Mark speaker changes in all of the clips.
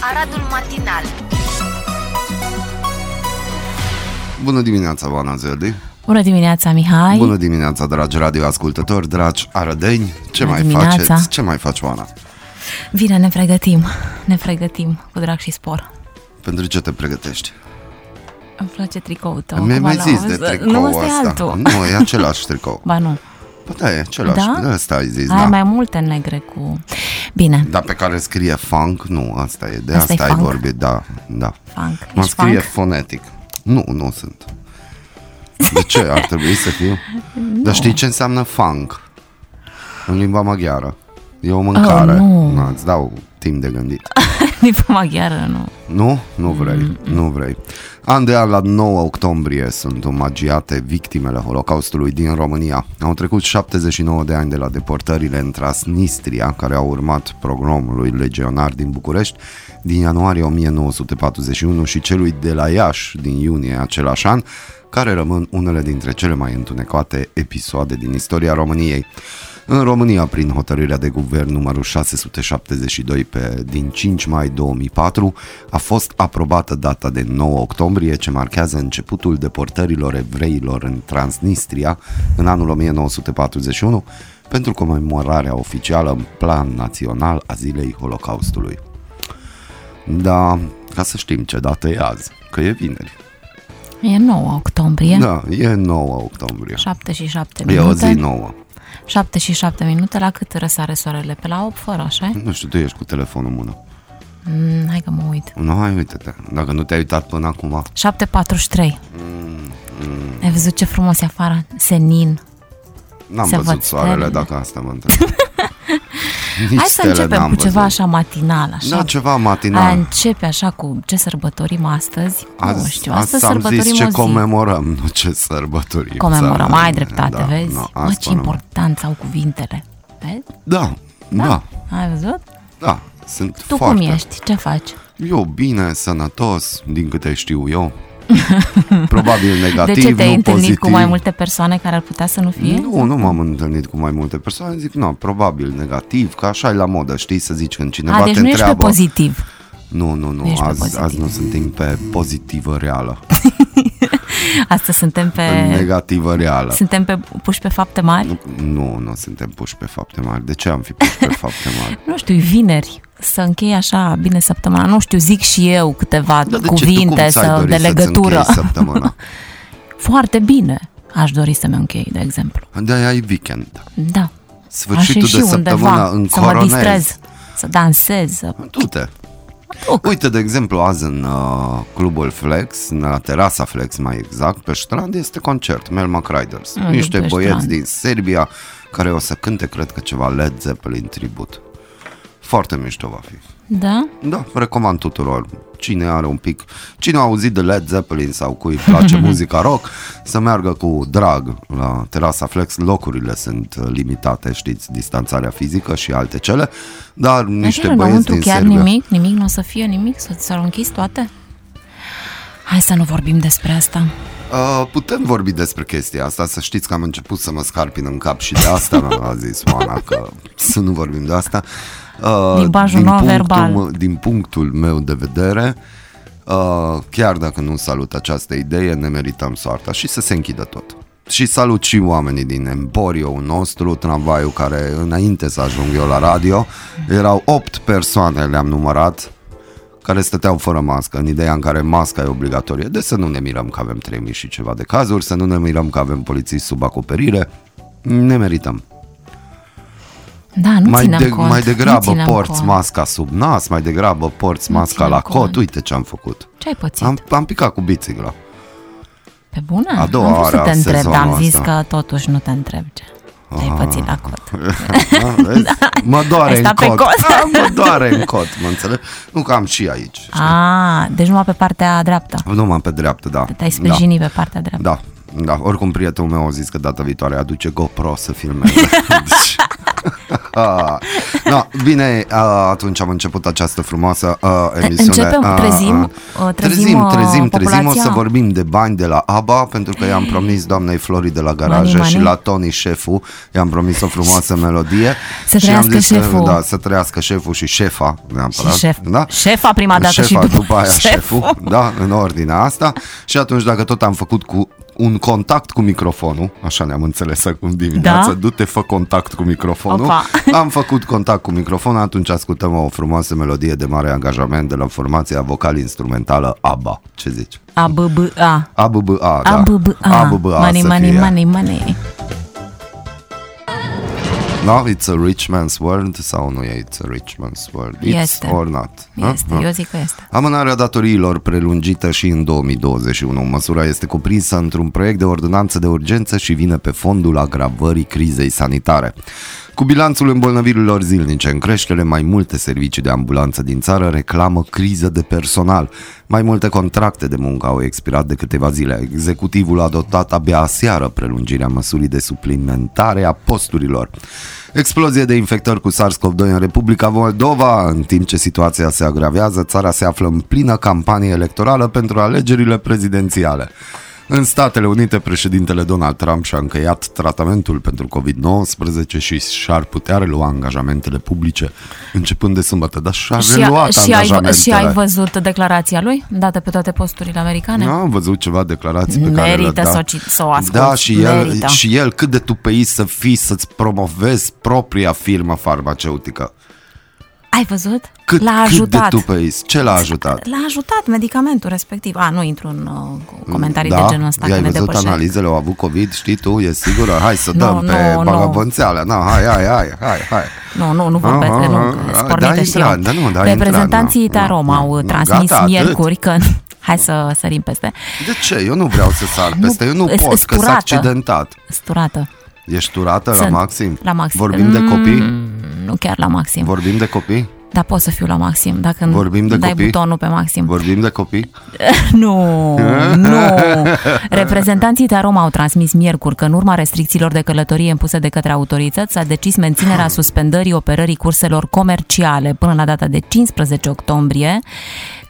Speaker 1: Aradul matinal.
Speaker 2: Bună dimineața, Oana Zeldi!
Speaker 3: Bună dimineața, Mihai!
Speaker 2: Bună dimineața, dragi radioascultători, dragi arădeni! Ce
Speaker 3: Bună
Speaker 2: mai
Speaker 3: dimineața.
Speaker 2: faceți? Ce mai faci, Oana?
Speaker 3: Bine, ne pregătim. Ne pregătim cu drag și spor.
Speaker 2: Pentru ce te pregătești?
Speaker 3: Îmi place tricoul tău.
Speaker 2: Mi-ai mai
Speaker 3: acum la
Speaker 2: zis de Hm?
Speaker 3: auză.
Speaker 2: tricou
Speaker 3: Oh, Nu, ăsta e
Speaker 2: asta.
Speaker 3: altul.
Speaker 2: Nu, e același tricou.
Speaker 3: Ba nu,
Speaker 2: Ba da, e același.
Speaker 3: Da?
Speaker 2: Da? Asta ai zis,
Speaker 3: ai
Speaker 2: da.
Speaker 3: mai multe negre cu... Bine,
Speaker 2: Dar pe care scrie funk, nu, asta e. De
Speaker 3: Asta
Speaker 2: asta,
Speaker 3: e
Speaker 2: ai
Speaker 3: funk?
Speaker 2: vorbit, da, da.
Speaker 3: funk.
Speaker 2: Mă
Speaker 3: Ești
Speaker 2: scrie
Speaker 3: funk?
Speaker 2: fonetic. Nu, nu sunt. De ce ar trebui să fiu? Dar știi ce înseamnă funk? În limba maghiară. E o mâncare.
Speaker 3: Oh, nu.
Speaker 2: Na, îți dau timp de gândit.
Speaker 3: Limba maghiară, nu.
Speaker 2: Nu? Nu vrei, nu vrei. An de an, la 9 octombrie, sunt omagiate victimele Holocaustului din România. Au trecut 79 de ani de la deportările în Transnistria, care au urmat programului legionar din București din ianuarie 1941 și celui de la Iași din iunie același an, care rămân unele dintre cele mai întunecoate episoade din istoria României. În România, prin hotărârea de guvern numărul 672 pe, din 5 mai 2004, a fost aprobată data de 9 octombrie, ce marchează începutul deportărilor evreilor în Transnistria în anul 1941, pentru comemorarea oficială în plan național a zilei Holocaustului. Da, ca să știm ce dată e azi, că e vineri.
Speaker 3: E 9 octombrie.
Speaker 2: Da, e 9 octombrie.
Speaker 3: 7 și 7
Speaker 2: E o
Speaker 3: minute.
Speaker 2: zi nouă.
Speaker 3: 7 și 7 minute. La cât răsare soarele? Pe la 8 fără, așa e?
Speaker 2: Nu știu, tu ești cu telefonul în mână.
Speaker 3: mm, Hai că mă uit.
Speaker 2: Nu, hai, uite-te. Dacă nu te-ai uitat până acum,
Speaker 3: 7.43.
Speaker 2: Hm,
Speaker 3: Ai văzut ce frumos e afară? Senin.
Speaker 2: n-am
Speaker 3: Să
Speaker 2: văzut
Speaker 3: văd
Speaker 2: soarele,
Speaker 3: stelele.
Speaker 2: dacă asta mă întreb. Nici
Speaker 3: Hai să
Speaker 2: stele
Speaker 3: începem
Speaker 2: n-am
Speaker 3: cu ceva
Speaker 2: văzut.
Speaker 3: așa matinal, așa.
Speaker 2: Da, ceva
Speaker 3: A
Speaker 2: matinal.
Speaker 3: începe așa cu ce sărbătorim astăzi? nu știu,
Speaker 2: azi
Speaker 3: astăzi
Speaker 2: am
Speaker 3: sărbătorim
Speaker 2: zis ce
Speaker 3: o zi.
Speaker 2: comemorăm, nu ce sărbătorim.
Speaker 3: Comemorăm,
Speaker 2: Țara,
Speaker 3: ai dreptate,
Speaker 2: da,
Speaker 3: vezi?
Speaker 2: nu,
Speaker 3: Mă,
Speaker 2: azi
Speaker 3: ce
Speaker 2: până-
Speaker 3: importanță au cuvintele. Vezi?
Speaker 2: Da, da,
Speaker 3: Ai văzut?
Speaker 2: da. Sunt
Speaker 3: Tu
Speaker 2: foarte.
Speaker 3: cum ești? Ce faci?
Speaker 2: Eu bine, sănătos, din câte știu eu. Probabil negativ,
Speaker 3: De ce te-ai
Speaker 2: nu
Speaker 3: întâlnit
Speaker 2: pozitiv.
Speaker 3: cu mai multe persoane care ar putea să nu fie?
Speaker 2: Nu, nu m-am întâlnit cu mai multe persoane, zic, nu, probabil negativ, că așa e la modă, știi, să zici când cineva
Speaker 3: A, deci
Speaker 2: te
Speaker 3: nu ești pe
Speaker 2: întreabă.
Speaker 3: pozitiv.
Speaker 2: Nu, nu, nu,
Speaker 3: Ești pe
Speaker 2: azi,
Speaker 3: pozitiv.
Speaker 2: azi nu suntem pe pozitivă reală,
Speaker 3: Astăzi suntem pe...
Speaker 2: pe negativă reală.
Speaker 3: Suntem pe, puși pe fapte mari?
Speaker 2: Nu, nu suntem puși pe fapte mari. De ce am fi puși pe fapte mari?
Speaker 3: Nu știu, e vineri să închei așa bine săptămâna. Nu știu, zic și eu
Speaker 2: Dar
Speaker 3: câteva
Speaker 2: Da, de ce? Tu cum
Speaker 3: cuvinte
Speaker 2: ți-ai
Speaker 3: să,
Speaker 2: dori
Speaker 3: de
Speaker 2: să-ți
Speaker 3: legătură.
Speaker 2: închei săptămâna?
Speaker 3: Foarte bine aș dori să-mi închei, de exemplu.
Speaker 2: De-aia e weekend.
Speaker 3: Da.
Speaker 2: Sfârșitul
Speaker 3: Aș
Speaker 2: de
Speaker 3: ieși
Speaker 2: săptămână în
Speaker 3: să mă distrez, să dansez, Da? să
Speaker 2: Du-te.
Speaker 3: duc.
Speaker 2: Uite, de exemplu, azi în uh, clubul Flex, în- la terasa Flex mai exact, pe strand, este concert, Mel McRiders.
Speaker 3: Mm,
Speaker 2: Niște
Speaker 3: pe
Speaker 2: băieți
Speaker 3: strand.
Speaker 2: din Serbia care o să cânte, cred că ceva Led Zeppelin tribut. Foarte mișto va fi.
Speaker 3: Da?
Speaker 2: Da, recomand tuturor. Cine are un pic, cine a auzit de Led Zeppelin sau cui îi place muzica rock, să meargă cu drag la terasa Flex. Locurile sunt uh, limitate, știți, distanțarea fizică și alte cele, dar niște
Speaker 3: Așa,
Speaker 2: băieți
Speaker 3: înăuntru
Speaker 2: din
Speaker 3: chiar
Speaker 2: Serbia...
Speaker 3: nimic, nimic, nu o să fie nimic, să s-au închis toate? Hai să nu vorbim despre asta.
Speaker 2: Uh, putem vorbi despre chestia asta, să știți că am început să mă scarpin în cap și de asta mi-a zis Oana că să nu vorbim de asta. Uh,
Speaker 3: Limbajul non-verbal.
Speaker 2: punctul, m- din punctul meu de vedere, uh, chiar dacă nu salut această idee, ne merităm soarta și să se închidă tot. Și salut și oamenii din Emporio nostru, tramvaiul care înainte să ajung eu la radio, erau 8 persoane, le-am numărat, care stăteau fără mască, în ideea în care masca e obligatorie. Deci să nu ne mirăm că avem 3000 și ceva de cazuri, să nu ne mirăm că avem polițiști sub acoperire, ne merităm.
Speaker 3: Da, nu
Speaker 2: mai,
Speaker 3: ținem
Speaker 2: de,
Speaker 3: cont.
Speaker 2: mai
Speaker 3: nu
Speaker 2: degrabă
Speaker 3: ținem
Speaker 2: porți
Speaker 3: cont.
Speaker 2: masca sub nas, mai degrabă porți
Speaker 3: Nu
Speaker 2: masca
Speaker 3: ținem
Speaker 2: la cot.
Speaker 3: cont.
Speaker 2: Uite ce am făcut.
Speaker 3: Ce ai pățit?
Speaker 2: Am, am picat cu bicicla.
Speaker 3: Pe bune?
Speaker 2: a doua
Speaker 3: am vrut să
Speaker 2: oară
Speaker 3: te
Speaker 2: a
Speaker 3: întreb, dar am
Speaker 2: sezonul
Speaker 3: zis
Speaker 2: ăsta. Ah,
Speaker 3: că totuși nu te întreb ce. Te-ai pățit la cot.
Speaker 2: Da, vezi? Mă doare
Speaker 3: Ai
Speaker 2: în
Speaker 3: stat pe
Speaker 2: cot.
Speaker 3: cot.
Speaker 2: A, mă doare în cot, mă înțeleg? Nu că am și aici.
Speaker 3: A, deci numai pe partea dreaptă.
Speaker 2: Nu m-am pe dreaptă, da.
Speaker 3: Te-ai
Speaker 2: da.
Speaker 3: sprijinit pe partea dreaptă.
Speaker 2: Da, da. Oricum prietenul meu a zis că data viitoare aduce GoPro să filmeze. Deci- Da, bine, uh, atunci am început această frumoasă uh, emisiune.
Speaker 3: Începem,
Speaker 2: Uh,
Speaker 3: trezim, uh, trezim, uh,
Speaker 2: trezim, trezim, o să
Speaker 3: populația.
Speaker 2: vorbim de bani de la ABBA, pentru că i-am promis doamnei Flori de la garajă
Speaker 3: Mani,
Speaker 2: și
Speaker 3: mani.
Speaker 2: la Tony șeful, i-am promis o frumoasă melodie.
Speaker 3: Să
Speaker 2: și am
Speaker 3: trăiască
Speaker 2: zis că-
Speaker 3: șeful.
Speaker 2: Da, să trăiască șeful și șefa, neapărat.
Speaker 3: Și șef.
Speaker 2: Da?
Speaker 3: Șefa prima dată și
Speaker 2: șefa,
Speaker 3: după-
Speaker 2: după aia
Speaker 3: șeful.
Speaker 2: șeful. Da, în ordinea asta. Și atunci, dacă tot am făcut cu un contact cu microfonul, așa ne-am înțeles acum dimineață,
Speaker 3: Da.
Speaker 2: du-te, fă contact cu microfonul.
Speaker 3: Opa.
Speaker 2: Am făcut contact cu microfonul, atunci ascultăm o frumoasă melodie de mare angajament de la formația vocal-instrumentală ABBA. Ce zici?
Speaker 3: A, B, B, A.
Speaker 2: ABBA, da.
Speaker 3: A, B, B, A.
Speaker 2: ABBA
Speaker 3: money,
Speaker 2: să
Speaker 3: money,
Speaker 2: fie.
Speaker 3: money, money.
Speaker 2: Da? It's a rich man's world sau nu e It's a rich man's world? It's
Speaker 3: Este.
Speaker 2: or not. da?
Speaker 3: Este,
Speaker 2: Da.
Speaker 3: eu zic că este.
Speaker 2: Amânarea datoriilor prelungită și în 2021. Măsura este cuprinsă într-un proiect de ordonanță de urgență și vine pe fondul agravării crizei sanitare. Cu bilanțul îmbolnăvirilor zilnice în creștere, mai multe servicii de ambulanță din țară reclamă criză de personal. Mai multe contracte de muncă au expirat de câteva zile. Executivul a dotat abia aseară prelungirea măsurii de suplimentare a posturilor. Explozie de infectări cu SARS-CoV-2 în Republica Moldova. În timp ce situația se agravează, țara se află în plină campanie electorală pentru alegerile prezidențiale. În Statele Unite, președintele Donald Trump și-a încăiat tratamentul pentru COVID-19 și și-ar putea relua angajamentele publice începând de sămbătă. Dar și-a
Speaker 3: Și,
Speaker 2: reluat
Speaker 3: și, ai,
Speaker 2: angajamentele.
Speaker 3: și ai văzut declarația lui, dată pe toate posturile americane?
Speaker 2: Nu, am văzut ceva declarații pe care le
Speaker 3: Merită
Speaker 2: da.
Speaker 3: să o ci- să o asculți,
Speaker 2: Da, și el,
Speaker 3: merită.
Speaker 2: și el cât de tupeist să fii să-ți promovezi propria firmă farmaceutică.
Speaker 3: Ai văzut?
Speaker 2: Cât,
Speaker 3: L-a ajutat.
Speaker 2: cât de tupeist. Ce l-a ajutat?
Speaker 3: L-a ajutat medicamentul respectiv. A, nu intru în uh, comentarii
Speaker 2: da,
Speaker 3: de genul ăsta, că
Speaker 2: i-ai
Speaker 3: ne
Speaker 2: văzut
Speaker 3: depășesc.
Speaker 2: analizele, au avut COVID, știi tu, e sigură? Hai să
Speaker 3: Nu,
Speaker 2: dăm
Speaker 3: nu,
Speaker 2: pe
Speaker 3: nu.
Speaker 2: bagabonțeală. Na, hai, hai, hai, hai, hai.
Speaker 3: Nu, nu, nu vorbesc,
Speaker 2: Aha,
Speaker 3: că nu,
Speaker 2: aha, aha,
Speaker 3: spornită
Speaker 2: Ah, da,
Speaker 3: și
Speaker 2: intra,
Speaker 3: eu.
Speaker 2: da, nu, da,
Speaker 3: Reprezentanții
Speaker 2: intra, nu,
Speaker 3: Itarom
Speaker 2: nu,
Speaker 3: au
Speaker 2: nu,
Speaker 3: transmis
Speaker 2: gata, atât.
Speaker 3: miercuri că... Hai să sărim peste.
Speaker 2: De ce? Eu nu vreau să sar
Speaker 3: Nu,
Speaker 2: peste, eu nu
Speaker 3: e-
Speaker 2: pot,
Speaker 3: e
Speaker 2: că s-a
Speaker 3: spurată.
Speaker 2: accidentat.
Speaker 3: Sturată.
Speaker 2: Ești turată la
Speaker 3: Sunt.
Speaker 2: maxim?
Speaker 3: La maxim. Mm.
Speaker 2: Vorbim de copii?
Speaker 3: Nu chiar la maxim. Vor...
Speaker 2: Vorbim de copii?
Speaker 3: Dar pot să fiu la maxim dacă îmi
Speaker 2: Vorbim de
Speaker 3: dai
Speaker 2: copii?
Speaker 3: butonul pe maxim.
Speaker 2: Vorbim de copii?
Speaker 3: Nu, nu. Reprezentanții Tarom au transmis miercuri că în urma restricțiilor de călătorie impuse de către autorități s-a decis menținerea suspendării operării curselor comerciale până la data de 15 octombrie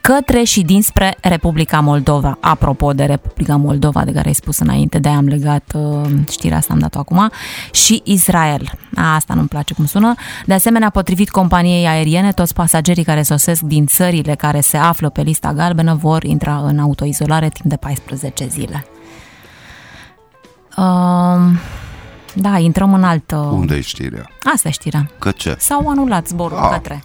Speaker 3: către și dinspre Republica Moldova. Apropo de Republica Moldova, de care ai spus înainte, de am legat uh, știrea asta, am dat-o acum, și Israel. A, Asta nu-mi place cum sună. De asemenea, potrivit companiei aeriene, toți pasagerii care sosesc din țările care se află pe lista galbenă vor intra în autoizolare timp de 14 zile. Um, da, intrăm în altă...
Speaker 2: Unde e știrea?
Speaker 3: Asta e știrea.
Speaker 2: Că ce?
Speaker 3: S-au anulat zborul
Speaker 2: Ah.
Speaker 3: ah. către.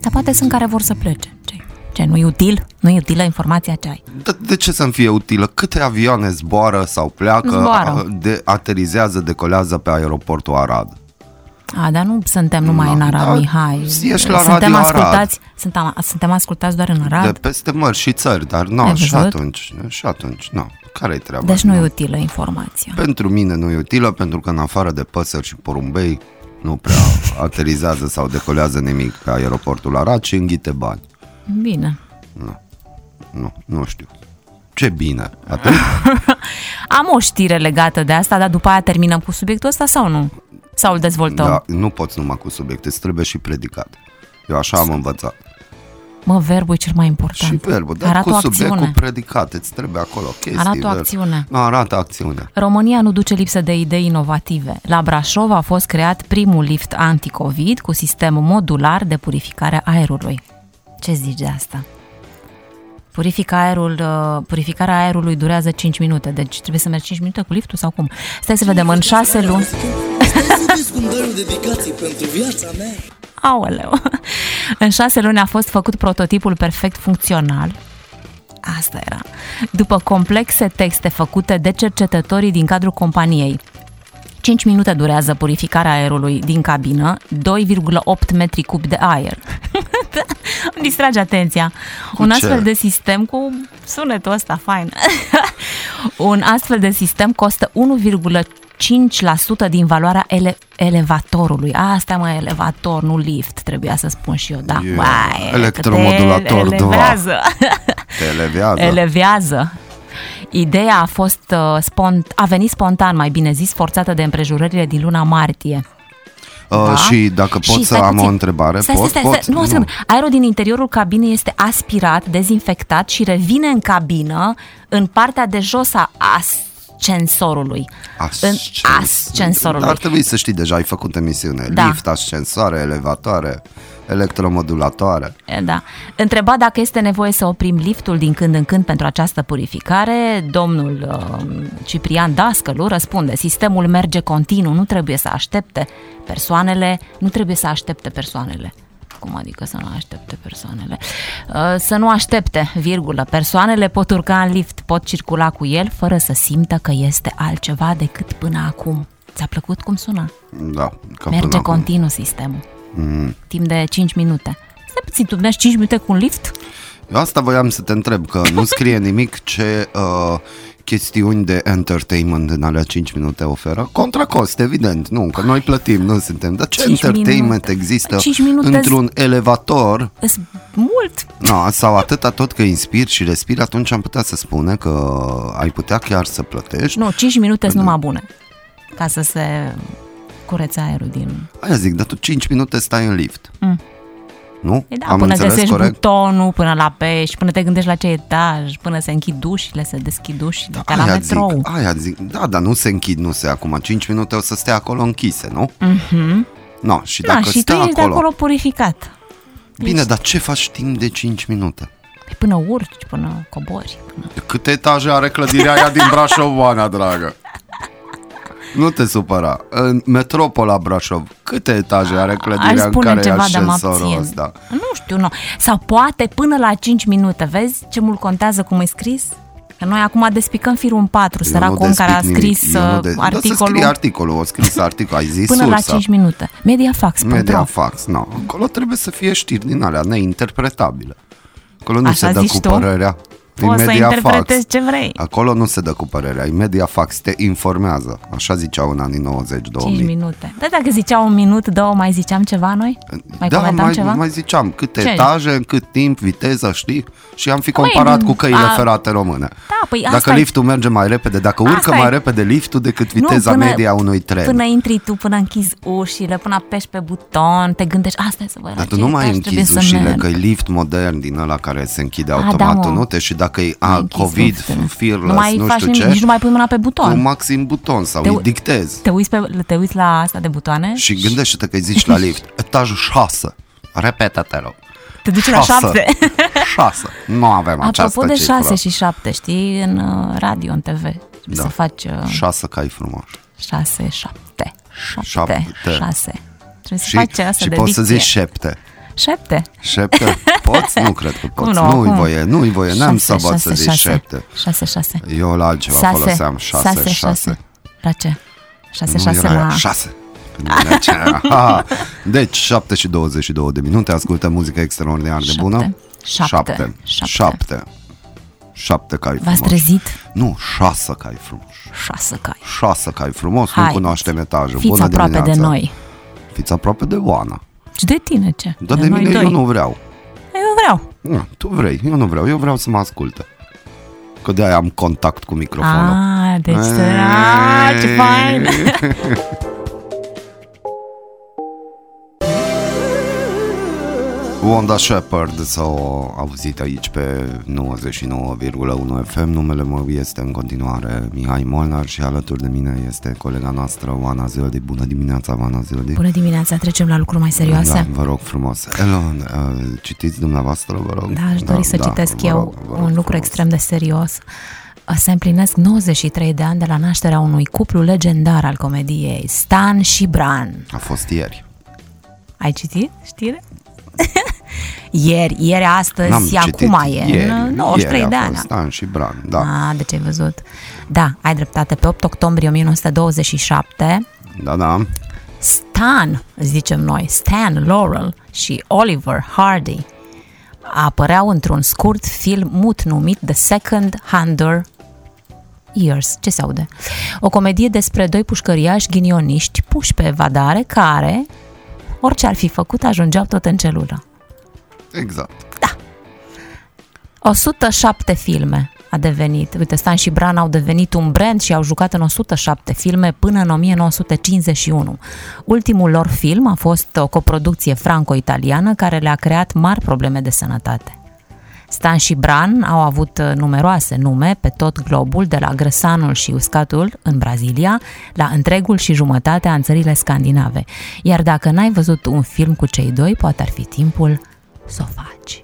Speaker 3: Dar poate sunt care vor să plece. Ce, ce nu-i util? Nu-i utilă informația ce ai.
Speaker 2: De, de ce să-mi fie utilă? Câte avioane zboară sau pleacă,
Speaker 3: Zboară.
Speaker 2: a- de, aterizează, decolează pe aeroportul Arad?
Speaker 3: A, dar nu suntem numai
Speaker 2: Da,
Speaker 3: no, în Arad,
Speaker 2: da,
Speaker 3: Mihai.
Speaker 2: ești la
Speaker 3: suntem
Speaker 2: Radio Arad.
Speaker 3: ascultați, suntem, suntem ascultați doar în Arad.
Speaker 2: De peste mări și țări, dar nu,
Speaker 3: Ai
Speaker 2: și
Speaker 3: văzut?
Speaker 2: atunci, și atunci, nu. Care-i treaba?
Speaker 3: Deci nu e utilă informația.
Speaker 2: Pentru mine nu e utilă, pentru că în afară de păsări și porumbei, nu prea aterizează sau decolează nimic pe aeroportul Arad și înghite bani.
Speaker 3: Bine.
Speaker 2: Nu, nu știu. Ce bine. Atunci,
Speaker 3: Ah, Am o știre legată de asta, dar după aia terminăm cu subiectul ăsta sau nu? Sau îl dezvoltăm?
Speaker 2: da, nu poți numai cu subiecte, îți trebuie și predicat. Eu așa am învățat.
Speaker 3: Mă, verbul e cel mai important.
Speaker 2: Și verbul, dar
Speaker 3: Arată
Speaker 2: cu
Speaker 3: o
Speaker 2: subiect, cu
Speaker 3: acțiune.
Speaker 2: predicat, îți trebuie acolo chestii.
Speaker 3: Arată o
Speaker 2: verb.
Speaker 3: acțiune.
Speaker 2: Nu, arată acțiune.
Speaker 3: România nu duce lipsă de idei inovative. La Brașov a fost creat primul lift anticovid cu sistem modular de purificare a aerului. Ce zici de asta? Purifica aerul, uh, purificarea aerului durează 5 minute, deci trebuie să mergi 5 minute cu liftul sau cum? Stai să vedem, în 6 luni...
Speaker 1: Sunteți cu un dar de dedicații pentru viața mea.
Speaker 3: Aoleu! În șase luni a fost făcut prototipul perfect funcțional. Asta era. După complexe texte făcute de cercetătorii din cadrul companiei. 5 minute durează purificarea aerului din cabină, 2,8 metri cub de aer. Da, Îmi distrage atenția. Un
Speaker 2: ce?
Speaker 3: astfel de sistem cu sunetul ăsta fain. Un astfel de sistem costă 1,5% din valoarea ele- elevatorului. A, Asta mai elevator, nu lift, trebuia să spun și eu, da.
Speaker 2: Yeah.
Speaker 3: Vai, că
Speaker 2: Electromodulator,
Speaker 3: te
Speaker 2: da.
Speaker 3: elevează.
Speaker 2: Te elevează.
Speaker 3: Elevează. Ideea a fost uh, spont- a venit spontan, mai bine zis, forțată de împrejurările din luna martie.
Speaker 2: Uh, Și dacă pot să
Speaker 3: stai
Speaker 2: am
Speaker 3: puțin.
Speaker 2: o întrebare,
Speaker 3: stai,
Speaker 2: pot?
Speaker 3: Stai, stai,
Speaker 2: pot?
Speaker 3: stai, nu, o secundă. Aerul din interiorul cabinei este aspirat, dezinfectat și revine în cabină în partea de jos a ascensorului. În
Speaker 2: Ascens-
Speaker 3: ascensorului.
Speaker 2: Ar trebui să știi deja, ai făcut emisiune.
Speaker 3: Da.
Speaker 2: Lift, ascensoare, elevatoare, electromodulatoare.
Speaker 3: Da. Întreba dacă este nevoie să oprim liftul din când în când pentru această purificare. Domnul uh, Ciprian Dascălu răspunde, sistemul merge continuu, nu trebuie să aștepte persoanele, nu trebuie să aștepte persoanele. Cum adică să nu aștepte persoanele? Uh, Să nu aștepte, virgulă. Persoanele pot urca în lift, pot circula cu el fără să simtă că este altceva decât până acum. Ți-a plăcut cum sună?
Speaker 2: Da, ca
Speaker 3: Merge
Speaker 2: până acum.
Speaker 3: continuu sistemul. Mm. Timp de 5 minute. Stai puțin, tu mergi 5 minute cu un lift?
Speaker 2: Eu asta voiam să te întreb, că nu scrie nimic ce uh, chestiuni de entertainment în alea 5 minute oferă. Contra cost, evident, nu, că noi plătim, nu suntem. Dar ce
Speaker 3: 5
Speaker 2: entertainment
Speaker 3: minute.
Speaker 2: există
Speaker 3: 5 minute
Speaker 2: într-un elevator
Speaker 3: Îs mult.
Speaker 2: No, sau atâta tot că inspiri și respiri, atunci am putea să spune că ai putea chiar să plătești.
Speaker 3: Nu, 5 minute
Speaker 2: Da.
Speaker 3: sunt numai bune. Ca să se curețe aerul din...
Speaker 2: Aia zic, dar tu 5 minute stai în lift. Mm. Nu?
Speaker 3: E da,
Speaker 2: am
Speaker 3: până
Speaker 2: înțeles
Speaker 3: găsești
Speaker 2: corect?
Speaker 3: butonul, până la pești, până te gândești la ce etaj, până se închid dușile, se deschid dușile, ca la
Speaker 2: aia
Speaker 3: metrou.
Speaker 2: zic, aia zic, da, dar nu se închid, nu se acum, 5 minute o să stea acolo închise, nu? Mhm. No, și
Speaker 3: da,
Speaker 2: dacă
Speaker 3: și tu
Speaker 2: stai
Speaker 3: ești de
Speaker 2: acolo,
Speaker 3: acolo purificat.
Speaker 2: Bine, dar ce faci timp de 5 minute?
Speaker 3: Păi Până urci, până cobori. Până...
Speaker 2: Câte etaje are clădirea aia din Brașov, Oana, dragă? Nu te supăra. În metropola Brașov, câte etaje are
Speaker 3: Aș
Speaker 2: clădirea în
Speaker 3: spune
Speaker 2: care e
Speaker 3: ceva, dar mă
Speaker 2: ascensorul
Speaker 3: abțin.
Speaker 2: ăsta?
Speaker 3: Nu știu, nu. Sau poate până la 5 minute. Vezi ce mult contează cum e scris? Că noi acum despicăm firul în 4,
Speaker 2: Eu nu
Speaker 3: săracul om care a
Speaker 2: despic nimic.
Speaker 3: scris
Speaker 2: Eu nu
Speaker 3: uh,
Speaker 2: de- Da, să
Speaker 3: articolul
Speaker 2: scrie articolul, o scris articol, ai zis
Speaker 3: până la
Speaker 2: sursa.
Speaker 3: 5 minute. Mediafax.ro
Speaker 2: Mediafax, nu. Acolo trebuie să fie știri din alea neinterpretabile. Acolo nu
Speaker 3: Așa
Speaker 2: se dă
Speaker 3: zici
Speaker 2: cu
Speaker 3: tu?
Speaker 2: părerea. E
Speaker 3: Poți să
Speaker 2: Mediafax.
Speaker 3: interpretezi ce vrei.
Speaker 2: Acolo nu se dă cu părerea, e Mediafax, te informează. Așa ziceau în anii
Speaker 3: 5
Speaker 2: 90-2000.
Speaker 3: minute. Da, dacă zicea un minut, două, mai ziceam ceva noi? Mai
Speaker 2: da,
Speaker 3: comentam
Speaker 2: mai,
Speaker 3: ceva?
Speaker 2: mai ziceam, câte
Speaker 3: Ce?
Speaker 2: etaje, în cât timp, viteză, știi? Și am fi
Speaker 3: Măi,
Speaker 2: comparat cu căile
Speaker 3: a-
Speaker 2: ferate române.
Speaker 3: Da, păi
Speaker 2: dacă
Speaker 3: asta e.
Speaker 2: liftul merge mai repede, dacă urcă
Speaker 3: Asta e.
Speaker 2: mai repede liftul decât viteza media a unui tren.
Speaker 3: Până intri tu, până închizi ușile, până apeși pe buton, te gândești, asta e să vă
Speaker 2: Dar tu nu mai închizi ușile, că e lift modern din ăla care se închide automat
Speaker 3: da, mă.
Speaker 2: în note și dacă e
Speaker 3: Mai
Speaker 2: a,
Speaker 3: închizi
Speaker 2: COVID,
Speaker 3: luftele.
Speaker 2: fearless,
Speaker 3: Nu mai
Speaker 2: nu
Speaker 3: faci
Speaker 2: știu
Speaker 3: nimic,
Speaker 2: ce,
Speaker 3: nici nu mai pui mâna pe buton.
Speaker 2: cu maxim buton sau
Speaker 3: Te
Speaker 2: îi
Speaker 3: u-
Speaker 2: dictezi.
Speaker 3: Te uiți, pe, te uiți la asta de butoane?
Speaker 2: Și gândește-te că îi zici la lift, etajul 6, repetă-te rog.
Speaker 3: Te duci la șapte.
Speaker 2: 6. Nu avem această
Speaker 3: Apropo de
Speaker 2: cifră.
Speaker 3: 6 și 7, știi, în uh, radio, în TV, da. să faci
Speaker 2: 6 cai frumos.
Speaker 3: 6, 7, 7,
Speaker 2: Șapte.
Speaker 3: 6. Trebuie să
Speaker 2: Și,
Speaker 3: faci asta
Speaker 2: și
Speaker 3: de
Speaker 2: poți să
Speaker 3: dicție.
Speaker 2: zici șepte.
Speaker 3: 7.
Speaker 2: Șepte? Poți? Nu cred că poți.
Speaker 3: nu,
Speaker 2: Nu-i
Speaker 3: acum?
Speaker 2: voie, nu-i voie. N-am să văd să zici șepte.
Speaker 3: 6, 6.
Speaker 2: Eu la altceva foloseam 6, 6.
Speaker 3: La ce? 6,
Speaker 2: Nu
Speaker 3: 6
Speaker 2: era
Speaker 3: la...
Speaker 2: aia, șase. Când era aceea. Aha. Deci, 7 și 22 de minute, ascultă muzică extraordinar de
Speaker 3: Șapte.
Speaker 2: bună.
Speaker 3: Șapte.
Speaker 2: Șapte.
Speaker 3: Șapte.
Speaker 2: Șapte. Șapte cai
Speaker 3: V-ați
Speaker 2: frumos.
Speaker 3: trezit?
Speaker 2: Nu, șase cai frumos.
Speaker 3: 6 cai.
Speaker 2: Șase cai frumos, nu
Speaker 3: Haideți.
Speaker 2: cunoaștem etajul.
Speaker 3: Fiți
Speaker 2: bună
Speaker 3: aproape
Speaker 2: dimineața.
Speaker 3: de noi.
Speaker 2: Fiți aproape de Oana.
Speaker 3: Și de tine ce?
Speaker 2: Dar Da, de,
Speaker 3: noi
Speaker 2: mine
Speaker 3: doi.
Speaker 2: eu nu vreau.
Speaker 3: Eu vreau.
Speaker 2: Nu, tu vrei, eu nu vreau, eu vreau să mă asculte. Că de-aia am contact cu microfonul.
Speaker 3: Ah, deci... Ah, ce fain!
Speaker 2: Wanda Shepard s-au auzit aici pe 99,1 FM. Numele meu este în continuare Mihai Molnar și alături de mine este colega noastră Oana Ziodi. Bună dimineața, Oana Ziodi!
Speaker 3: Bună dimineața, trecem la lucruri mai
Speaker 2: Da,
Speaker 3: serioase.
Speaker 2: vă rog frumos. Elon, uh, citiți dumneavoastră, vă rog.
Speaker 3: Da, aș dori să citesc
Speaker 2: vă
Speaker 3: eu
Speaker 2: rog, vă rog
Speaker 3: un lucru
Speaker 2: frumos.
Speaker 3: extrem de serios. Se împlinesc 93 de ani de la nașterea unui cuplu legendar al comediei, Stan și Bran.
Speaker 2: A fost ieri.
Speaker 3: Ai citit știre? ieri, ieri, astăzi
Speaker 2: N-am
Speaker 3: și
Speaker 2: citit.
Speaker 3: acum e,
Speaker 2: Ieri,
Speaker 3: în 93
Speaker 2: ieri
Speaker 3: de
Speaker 2: a
Speaker 3: ani.
Speaker 2: Fost Dan și Bran, da.
Speaker 3: A, deci ai văzut. Da, ai dreptate. Pe 8 octombrie 1927,
Speaker 2: Da, da.
Speaker 3: Stan, zicem noi, Stan Laurel și Oliver Hardy apăreau într-un scurt film mut numit The Second Hander Years. Ce se aude? O comedie despre doi pușcăriași ghinioniști puși pe evadare care, orice ar fi făcut, ajungeau tot în celulă.
Speaker 2: Exact.
Speaker 3: 107 filme a devenit, uite, Stan și Bran au devenit un brand și au jucat în 107 filme până în 1951. Ultimul lor film a fost o coproducție franco-italiană care le-a creat mari probleme de sănătate. Stan și Bran au avut uh, numeroase nume pe tot globul, de la grăsanul și uscatul în Brazilia, la întregul și jumătatea în țările scandinave. Iar dacă n-ai văzut un film cu cei doi, poate ar fi timpul să o faci.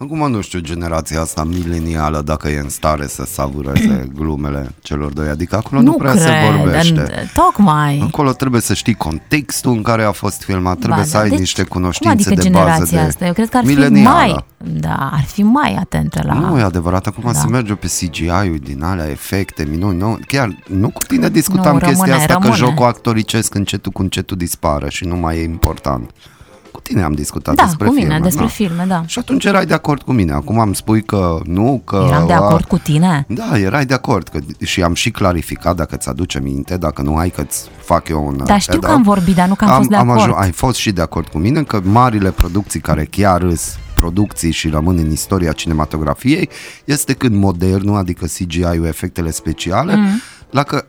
Speaker 2: Acum nu știu generația asta milenială dacă e în stare să savureze glumele celor doi, adică acolo nu, prea se vorbește.
Speaker 3: în- tocmai.
Speaker 2: Acolo trebuie să știi contextul în care a fost filmat, trebuie
Speaker 3: Ba,
Speaker 2: să
Speaker 3: da,
Speaker 2: ai
Speaker 3: deci,
Speaker 2: niște
Speaker 3: cum
Speaker 2: cunoștințe
Speaker 3: adică
Speaker 2: de bază
Speaker 3: generația
Speaker 2: de
Speaker 3: asta? Eu cred că ar fi
Speaker 2: milenială.
Speaker 3: mai, da, ar fi mai atentă la...
Speaker 2: Nu, e adevărat, acum
Speaker 3: Da.
Speaker 2: se merge pe CGI-ul din alea, efecte, minuni, nu, chiar nu cu tine discutam
Speaker 3: Nu,
Speaker 2: chestia
Speaker 3: rămâne,
Speaker 2: asta
Speaker 3: rămâne.
Speaker 2: că jocul actoricesc încetul cu încetul dispare și nu mai e important. Cu tine am discutat
Speaker 3: da,
Speaker 2: despre
Speaker 3: cu mine,
Speaker 2: filme,
Speaker 3: despre
Speaker 2: da.
Speaker 3: filme, da.
Speaker 2: Și atunci erai de acord cu mine, acum îmi spui că nu, că...
Speaker 3: Eram de
Speaker 2: a,
Speaker 3: acord cu tine?
Speaker 2: Da, erai de acord că, și am și clarificat dacă ți-aduce minte, dacă nu ai că-ți fac eu un... eh, da.
Speaker 3: Dar știu că
Speaker 2: head-up.
Speaker 3: am vorbit, dar nu că am, fost de acord.
Speaker 2: ai fost și de acord cu mine că marile producții care chiar îs producții și rămân în istoria cinematografiei este când modernul, adică CGI-ul, efectele speciale, mm. la că,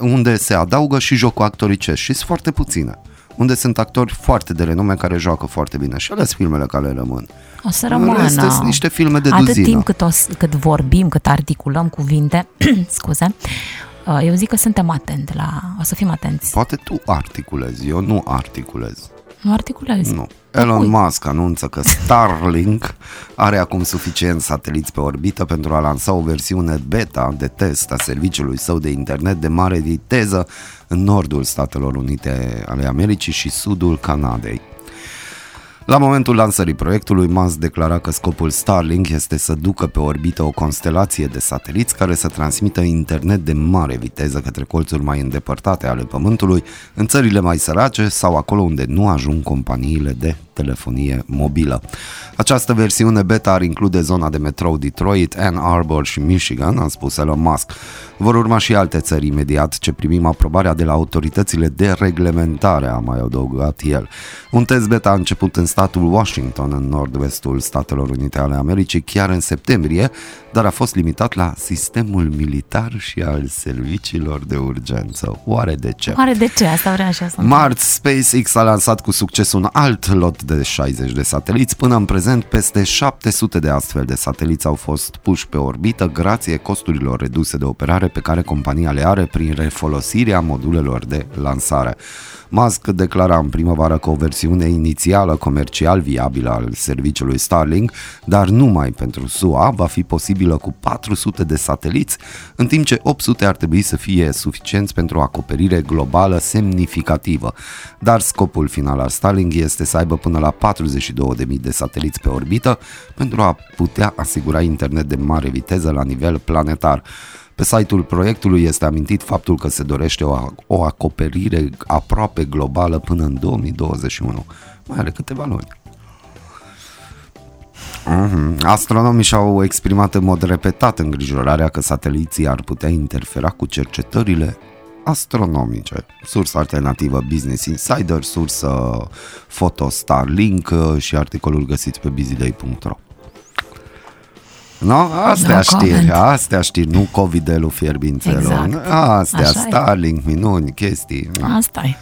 Speaker 2: unde se adaugă și jocul actoricesc și sunt foarte puține unde sunt actori foarte de renume care joacă foarte bine și alea sunt filmele care rămân.
Speaker 3: O să
Speaker 2: În
Speaker 3: rămână.
Speaker 2: rest, sunt niște filme de
Speaker 3: Atât
Speaker 2: duzină.
Speaker 3: timp cât, o, s- cât vorbim, cât articulăm cuvinte, scuze, uh, eu zic că suntem atenți la... O să fim atenți.
Speaker 2: Poate tu articulezi, eu nu articulez.
Speaker 3: Nu articulezi.
Speaker 2: Nu. Elon Musk anunță că Starlink are acum suficient sateliți pe orbită pentru a lansa o versiune beta de test a serviciului său de internet de mare viteză în nordul Statelor Unite ale Americii și sudul Canadei. La momentul lansării proiectului, Musk declara că scopul Starlink este să ducă pe orbită o constelație de sateliți care să transmită internet de mare viteză către colțuri mai îndepărtate ale Pământului, în țările mai sărace sau acolo unde nu ajung companiile de telefonie mobilă. Această versiune beta ar include zona de metrou Detroit, Ann Arbor și Michigan, a spus Elon Musk. Vor urma și alte țări imediat ce primim aprobarea de la autoritățile de reglementare, a mai adăugat el. Un test beta a început în statul Washington, în nord-vestul Statelor Unite ale Americii, chiar în septembrie, dar a fost limitat la sistemul militar și al serviciilor de urgență. Oare de ce?
Speaker 3: Oare de ce? Asta vrea și asta.
Speaker 2: Marți, SpaceX a lansat cu succes un alt lot de 60 de sateliți. Până în prezent, peste 700 de astfel de sateliți au fost puși pe orbită grație costurilor reduse de operare pe care compania le are prin refolosirea modulelor de lansare. Musk declara în primăvară că o versiune inițială comercial viabilă al serviciului Starlink, dar numai pentru SUA, va fi posibilă cu 400 de sateliți, în timp ce 800 ar trebui să fie suficienți pentru o acoperire globală semnificativă. Dar scopul final al Starlink este să aibă până la 42.000 de sateliți pe orbită pentru a putea asigura internet de mare viteză la nivel planetar. Pe site-ul proiectului este amintit faptul că se dorește o, o acoperire aproape globală până în 2021. Mai are câteva luni. Mhm. Astronomii și-au exprimat în mod repetat îngrijorarea că sateliții ar putea interfera cu cercetările astronomice. Sursă alternativă Business Insider, sursă foto Starlink uh, și articolul găsiți pe busyday.ro No, astea
Speaker 3: No
Speaker 2: știri,
Speaker 3: comment.
Speaker 2: astea știri, nu COVID-ul fierbințelor.
Speaker 3: Exact.
Speaker 2: Astea,
Speaker 3: Așa e.
Speaker 2: Starlink, minuni, chestii. Na.
Speaker 3: asta e.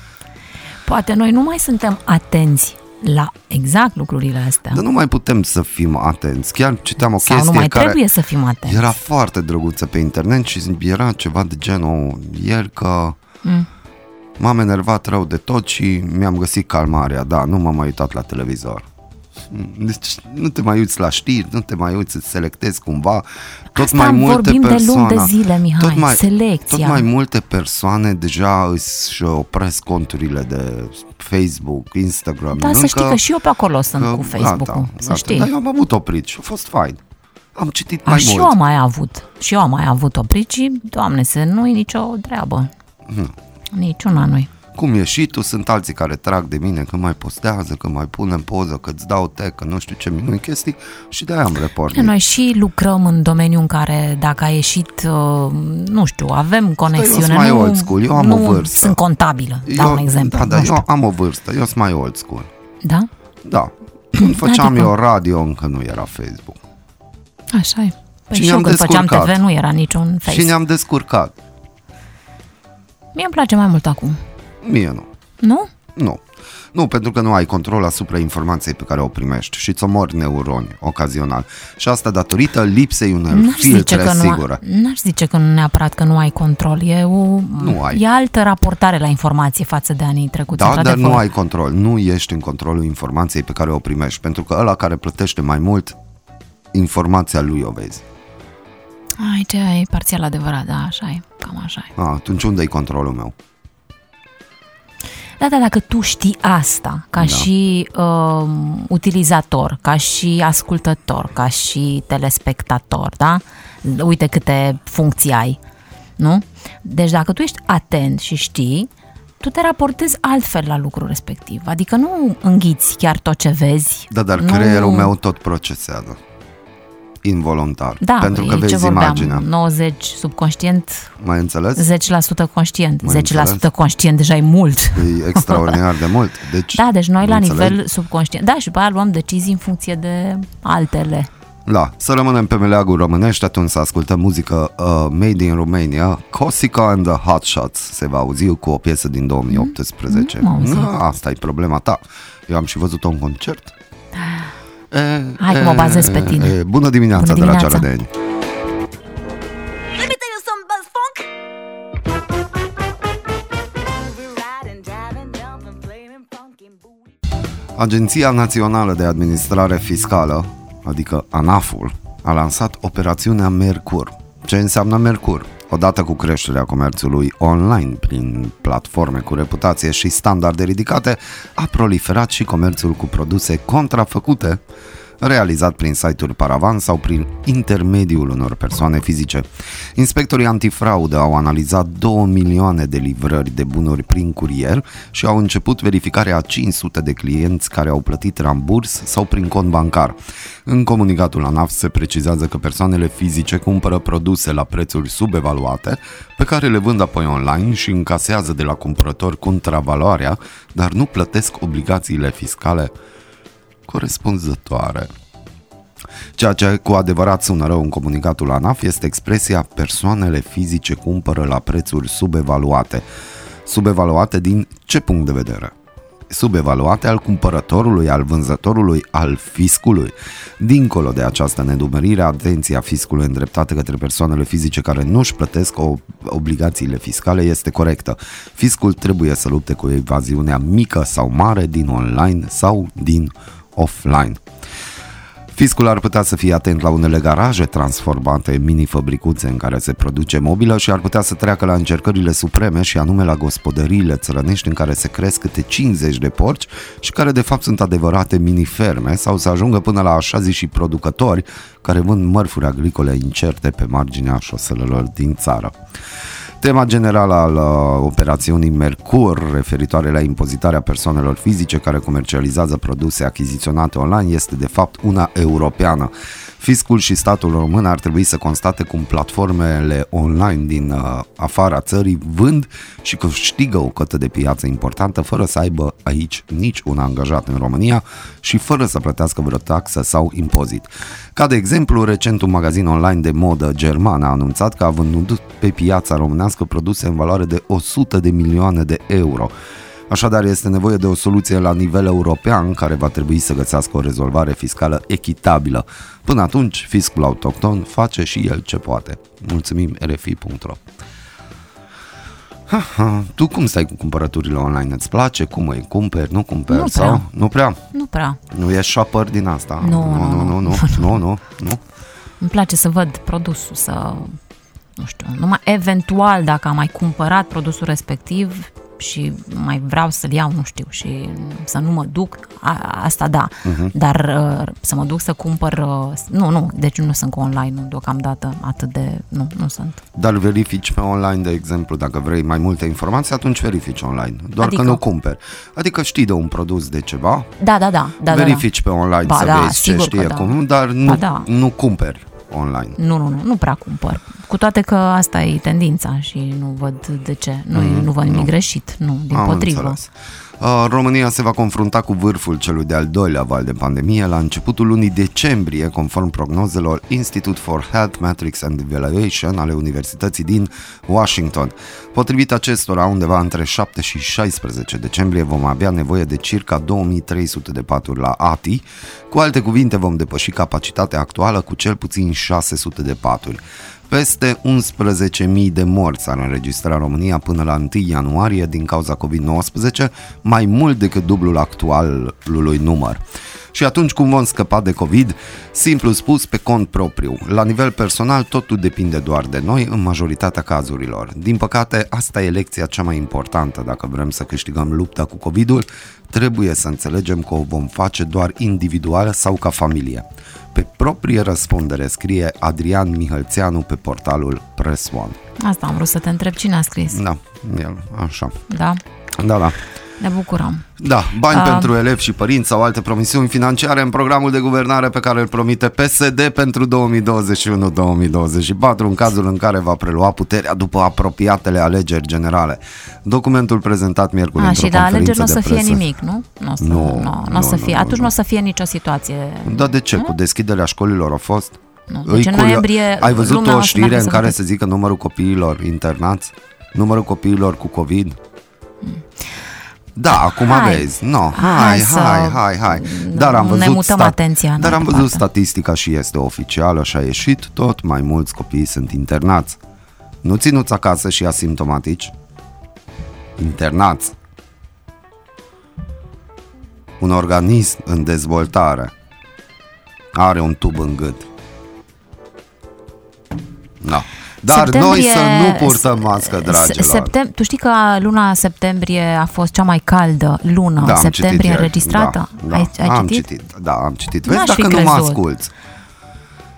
Speaker 3: Poate noi nu mai suntem atenți la exact lucrurile astea.
Speaker 2: Dar nu mai putem să fim atenți. Chiar citeam o
Speaker 3: Sau nu
Speaker 2: chestie
Speaker 3: mai
Speaker 2: care...
Speaker 3: trebuie să fim atenți.
Speaker 2: Era foarte drăguță pe internet și era ceva de genul ieri că mm. m-am enervat rău de tot și mi-am găsit calmarea, da, nu m-am mai uitat la televizor. Deci nu te mai uiți la știri, nu te mai uiți să selectezi cumva. Tot
Speaker 3: Asta
Speaker 2: mai
Speaker 3: am-
Speaker 2: multe
Speaker 3: vorbim de luni
Speaker 2: persoane,
Speaker 3: de zile, Mihai,
Speaker 2: tot mai,
Speaker 3: selecția.
Speaker 2: Tot mai multe persoane deja își opresc conturile de Facebook, Instagram.
Speaker 3: Da,
Speaker 2: nu
Speaker 3: să știi că și eu pe acolo sunt cu Facebook-ul,
Speaker 2: Gata,
Speaker 3: să
Speaker 2: gata.
Speaker 3: știi.
Speaker 2: Dar eu am avut oprit și a fost fain. Am citit mai
Speaker 3: A, și
Speaker 2: mult.
Speaker 3: eu am mai avut. Și eu am mai avut oprici și, doamne, să nu-i nicio treabă.
Speaker 2: Hmm.
Speaker 3: Niciuna nu-i.
Speaker 2: cum e și tu, sunt alții care trag de mine că mai postează, că mai punem poză, că îți dau te, că nu știu ce minuni chestii și de-aia am repornit.
Speaker 3: Noi și lucrăm în domeniu în care dacă a ieșit, uh, nu știu, avem conexiune.
Speaker 2: sunt mai
Speaker 3: nu,
Speaker 2: old school, eu am o
Speaker 3: nu
Speaker 2: vârstă.
Speaker 3: sunt contabilă, dau un exemplu.
Speaker 2: Da, da,
Speaker 3: nu știu.
Speaker 2: eu am o vârstă, eu sunt mai old school.
Speaker 3: da?
Speaker 2: Da. Când făceam
Speaker 3: Adică?
Speaker 2: eu radio, încă nu era Facebook.
Speaker 3: Așa e. Păi
Speaker 2: Și
Speaker 3: și eu
Speaker 2: ne-am
Speaker 3: când făceam
Speaker 2: descurcat.
Speaker 3: TV nu era niciun face.
Speaker 2: Și ne-am descurcat.
Speaker 3: Mie îmi place mai mult acum.
Speaker 2: Mie nu.
Speaker 3: Nu?
Speaker 2: Nu. Nu, pentru că nu ai control asupra informației pe care o primești și îți omori neuroni ocazional. Și asta datorită lipsei unei
Speaker 3: N-aș zice,
Speaker 2: filtre
Speaker 3: că nu,
Speaker 2: sigură.
Speaker 3: a- n-aș zice că nu neapărat că nu ai control. E, o,
Speaker 2: Nu ai.
Speaker 3: e altă raportare la informație față de anii trecuți.
Speaker 2: Da, dar
Speaker 3: într-adevăr.
Speaker 2: nu ai control. Nu ești în controlul informației pe care o primești, pentru că ăla care plătește mai mult, informația lui o vezi.
Speaker 3: Aici e parțial adevărat, da, așa e, cam așa e.
Speaker 2: A, atunci unde e controlul meu?
Speaker 3: Da, da, dacă tu știi asta, ca da. și uh, utilizator, ca și ascultător, ca și telespectator, da? Uite câte funcții ai, nu? Deci dacă tu ești atent și știi, tu te raportezi altfel la lucrul respectiv. Adică nu înghiți chiar tot ce vezi.
Speaker 2: Da, dar
Speaker 3: nu...
Speaker 2: creierul meu tot procesează. Involuntar.
Speaker 3: da,
Speaker 2: pentru
Speaker 3: e
Speaker 2: că
Speaker 3: ce
Speaker 2: vezi
Speaker 3: vorbeam,
Speaker 2: imaginea.
Speaker 3: 90 subconștient,
Speaker 2: Mai înțeles?
Speaker 3: 10% conștient. 10%
Speaker 2: înțeles.
Speaker 3: conștient deja e mult.
Speaker 2: E extraordinar de mult. Deci,
Speaker 3: Da, deci noi la
Speaker 2: înțelegi?
Speaker 3: nivel subconștient. Da, și pe aia luăm decizii în funcție de altele.
Speaker 2: Da, să rămânem pe meleagul românești, atunci să ascultăm muzică uh, made in Romania, Cosica and the Hot Shots se va auzi cu o piesă din 2018.
Speaker 3: Nu am Mm, auzit.
Speaker 2: Na, Da, asta e problema ta. Eu am și văzut-o în concert. E,
Speaker 3: Hai că mă bazez pe tine.
Speaker 2: E, bună dimineața,
Speaker 3: Bună
Speaker 2: bună dimineața.
Speaker 3: dimineața.
Speaker 2: dragi arădeni.
Speaker 4: Let me tell you something about funk. We're riding, driving, jumping, playing funky booty.
Speaker 2: Agenția Națională de Administrare Fiscală, adică ANAF-ul, a lansat operațiunea Mercur. Ce înseamnă Mercur? Odată cu creșterea comerțului online prin platforme cu reputație și standarde ridicate, a proliferat și comerțul cu produse contrafăcute, realizat prin site-uri paravan sau prin intermediul unor persoane fizice. Inspectorii antifraudă au analizat 2 milioane de livrări de bunuri prin curier și au început verificarea a 500 de clienți care au plătit ramburs sau prin cont bancar. În comunicatul ANAF se precizează că persoanele fizice cumpără produse la prețuri subevaluate, pe care le vând apoi online și încasează de la cumpărător contravaloarea, dar nu plătesc obligațiile fiscale corespunzătoare. Ceea ce cu adevărat sună rău în comunicatul ANAF este expresia persoanele fizice cumpără la prețuri subevaluate. Subevaluate din ce punct de vedere? Subevaluate al cumpărătorului, al vânzătorului, al fiscului. Dincolo de această nedumerire, atenția fiscului îndreptată către persoanele fizice care nu își plătesc o- obligațiile fiscale este corectă. Fiscul trebuie să lupte cu evaziunea mică sau mare din online sau din offline. Fiscul ar putea să fie atent la unele garaje transformate în mini-fabricuțe în care se produce mobilă și ar putea să treacă la încercările supreme și anume la gospodăriile țărănești în care se cresc câte 50 de porci și care de fapt sunt adevărate mini-ferme sau să ajungă până la așa zis și producători care vând mărfuri agricole incerte pe marginea șoselelor din țară. Tema generală al uh, operațiunii Mercur, referitoare la impozitarea persoanelor fizice care comercializează produse achiziționate online, este de fapt una europeană. Fiscul și statul român ar trebui să constate cum platformele online din uh, afara țării vând și câștigă o cotă de piață importantă fără să aibă aici nici un angajat în România și fără să plătească vreo taxă sau impozit. Ca de exemplu, recent un magazin online de modă german a anunțat că a vândut pe piața românească produse în valoare de 100 de milioane de euro. Așadar, este nevoie de o soluție la nivel european care va trebui să găsească o rezolvare fiscală echitabilă. Până atunci, fiscul autohton face și el ce poate. Mulțumim rfi.ro Ha, ha. Tu cum stai cu cumpărăturile online? Îți place? Cum îi cumperi? Nu cumperi?
Speaker 3: Nu prea.
Speaker 2: sau? Nu prea.
Speaker 3: Nu prea.
Speaker 2: Nu ești shopper din asta.
Speaker 3: Nu,
Speaker 2: nu, nu, nu, nu, nu, nu, nu.
Speaker 3: Îmi place să văd produsul, să... Nu știu, numai eventual dacă am mai cumpărat produsul respectiv și mai vreau să-l iau, nu știu, și să nu mă duc, a, asta da.
Speaker 2: Mhm.
Speaker 3: Uh-huh. Dar uh, să mă duc să cumpăr... uh, Nu, nu, deci nu sunt cu online, nu, deocamdată atât de... Nu, nu sunt.
Speaker 2: Dar verifici pe online, de exemplu, dacă vrei mai multe informații, atunci verifici online. Doar
Speaker 3: Adică?
Speaker 2: că nu cumperi. Adică știi de un produs de ceva,
Speaker 3: Da, da, da. da
Speaker 2: verifici
Speaker 3: da, da.
Speaker 2: pe online
Speaker 3: Ba
Speaker 2: să
Speaker 3: da,
Speaker 2: vezi ce
Speaker 3: sigur că
Speaker 2: știe
Speaker 3: da.
Speaker 2: cum, dar nu,
Speaker 3: da.
Speaker 2: nu cumperi online.
Speaker 3: Nu, nu, nu, nu prea cumpăr. Cu toate că asta e tendința și nu văd de ce. Nu, mm, nu văd nimic greșit, nu, din
Speaker 2: Am
Speaker 3: potrivă.
Speaker 2: înțeles. Uh, România se va confrunta cu vârful celui de-al doilea val de pandemie la începutul lunii decembrie, conform prognozelor Institute for Health Metrics and Evaluation ale Universității din Washington. Potrivit acestora, undeva între 7 și 16 decembrie vom avea nevoie de circa 2300 de paturi la ATI, cu alte cuvinte vom depăși capacitatea actuală cu cel puțin 600 de paturi. Peste 11.000 de morți ar înregistra România până la 1 ianuarie din cauza COVID-19, mai mult decât dublul actualului număr. Și atunci cum vom scăpa de COVID? Simplu spus, pe cont propriu. La nivel personal, totul depinde doar de noi în majoritatea cazurilor. Din păcate, asta e lecția cea mai importantă dacă vrem să câștigăm lupta cu COVID-ul. Trebuie să înțelegem că o vom face doar individual sau ca familie pe proprie răspundere, scrie Adrian Mihălțeanu pe portalul Press One.
Speaker 3: Asta am vrut să te întreb cine a scris.
Speaker 2: Da, el, așa.
Speaker 3: Da?
Speaker 2: Da, da.
Speaker 3: Ne bucurăm.
Speaker 2: Da, bani pentru elevi și părinți sau alte promisiuni financiare în programul de guvernare pe care îl promite PSD pentru 2021-2024, în cazul în care va prelua puterea după apropiatele alegeri generale. Documentul prezentat miercuri
Speaker 3: A,
Speaker 2: într-o
Speaker 3: Ah, și la alegeri
Speaker 2: conferință
Speaker 3: nu o să
Speaker 2: de
Speaker 3: fie
Speaker 2: presă.
Speaker 3: nimic, nu? Nu o să,
Speaker 2: Nu,
Speaker 3: nu, nu,
Speaker 2: nu,
Speaker 3: o să
Speaker 2: nu,
Speaker 3: fie.
Speaker 2: nu,
Speaker 3: Atunci
Speaker 2: nu.
Speaker 3: nu o să fie nicio situație.
Speaker 2: Da, de ce? Cu deschiderea școlilor a fost?
Speaker 3: Nu.
Speaker 2: Îi
Speaker 3: Deci în
Speaker 2: curio-
Speaker 3: noiembrie
Speaker 2: Ai văzut
Speaker 3: lumea
Speaker 2: o
Speaker 3: o să
Speaker 2: știre
Speaker 3: meargă
Speaker 2: în
Speaker 3: să
Speaker 2: care
Speaker 3: voteze.
Speaker 2: se zică numărul copiilor internați? Numărul copiilor cu COVID? Da, acum
Speaker 3: Hmm. Hai.
Speaker 2: vezi. No, hai,
Speaker 3: Hai
Speaker 2: hai,
Speaker 3: să-
Speaker 2: hai, hai, Dar am
Speaker 3: ne
Speaker 2: văzut
Speaker 3: mutăm atenția în
Speaker 2: Dar am
Speaker 3: altă
Speaker 2: văzut
Speaker 3: parte.
Speaker 2: statistica și este oficială și a ieșit, tot mai mulți copii sunt internați. Nu ținuți acasă și asimptomatici? Internați. Un organism în dezvoltare are un tub în gât. Da. Dar noi
Speaker 3: Septembrie-
Speaker 2: să nu purtăm mască, dragilor.
Speaker 3: Se- Septem- tu știi că luna septembrie a fost cea mai caldă lună
Speaker 2: da, am citit
Speaker 3: septembrie
Speaker 2: ieri.
Speaker 3: înregistrată?
Speaker 2: Da, da.
Speaker 3: ai, ai
Speaker 2: am
Speaker 3: citit?
Speaker 2: Da, am citit.
Speaker 3: N-aș
Speaker 2: Vezi
Speaker 3: fi
Speaker 2: dacă nu mă
Speaker 3: crezut.
Speaker 2: asculți.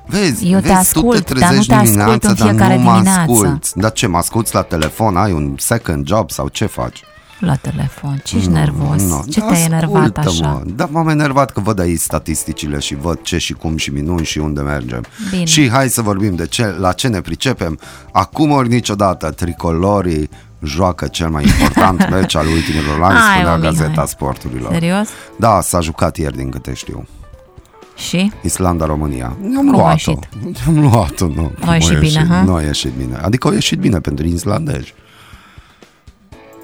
Speaker 2: Vezi,
Speaker 3: Eu te
Speaker 2: vezi, tu te
Speaker 3: ascult, dar nu
Speaker 2: trezești
Speaker 3: te ascult
Speaker 2: dimineața,
Speaker 3: în fiecare
Speaker 2: dar nu mă
Speaker 3: dimineață.
Speaker 2: asculți. Dar ce, mă asculți la telefon? Ai un second job sau ce faci?
Speaker 3: La telefon, ce ești nervos?
Speaker 2: Nu,
Speaker 3: ce
Speaker 2: da,
Speaker 3: te-ai enervat
Speaker 2: ascultă-mă.
Speaker 3: așa?
Speaker 2: Da, m-am enervat că văd aici statisticile și văd ce și cum și minuni și unde mergem.
Speaker 3: Bine.
Speaker 2: Și hai să vorbim de ce, la ce ne pricepem. Acum ori niciodată, tricolorii joacă cel mai important meci al ultimilor lani,
Speaker 3: Hai,
Speaker 2: spunea
Speaker 3: mă, Mihai.
Speaker 2: Gazeta Sporturilor.
Speaker 3: Serios?
Speaker 2: Da, s-a jucat ieri din câte știu.
Speaker 3: Și?
Speaker 2: Islanda-România. Ne-am
Speaker 3: Cum a
Speaker 2: luat-o.
Speaker 3: ieșit?
Speaker 2: Ne-am luat-o, nu. Cum
Speaker 3: a ieșit bine, ha?
Speaker 2: Nu a ieșit bine. Adică a ieșit bine pentru islandezi.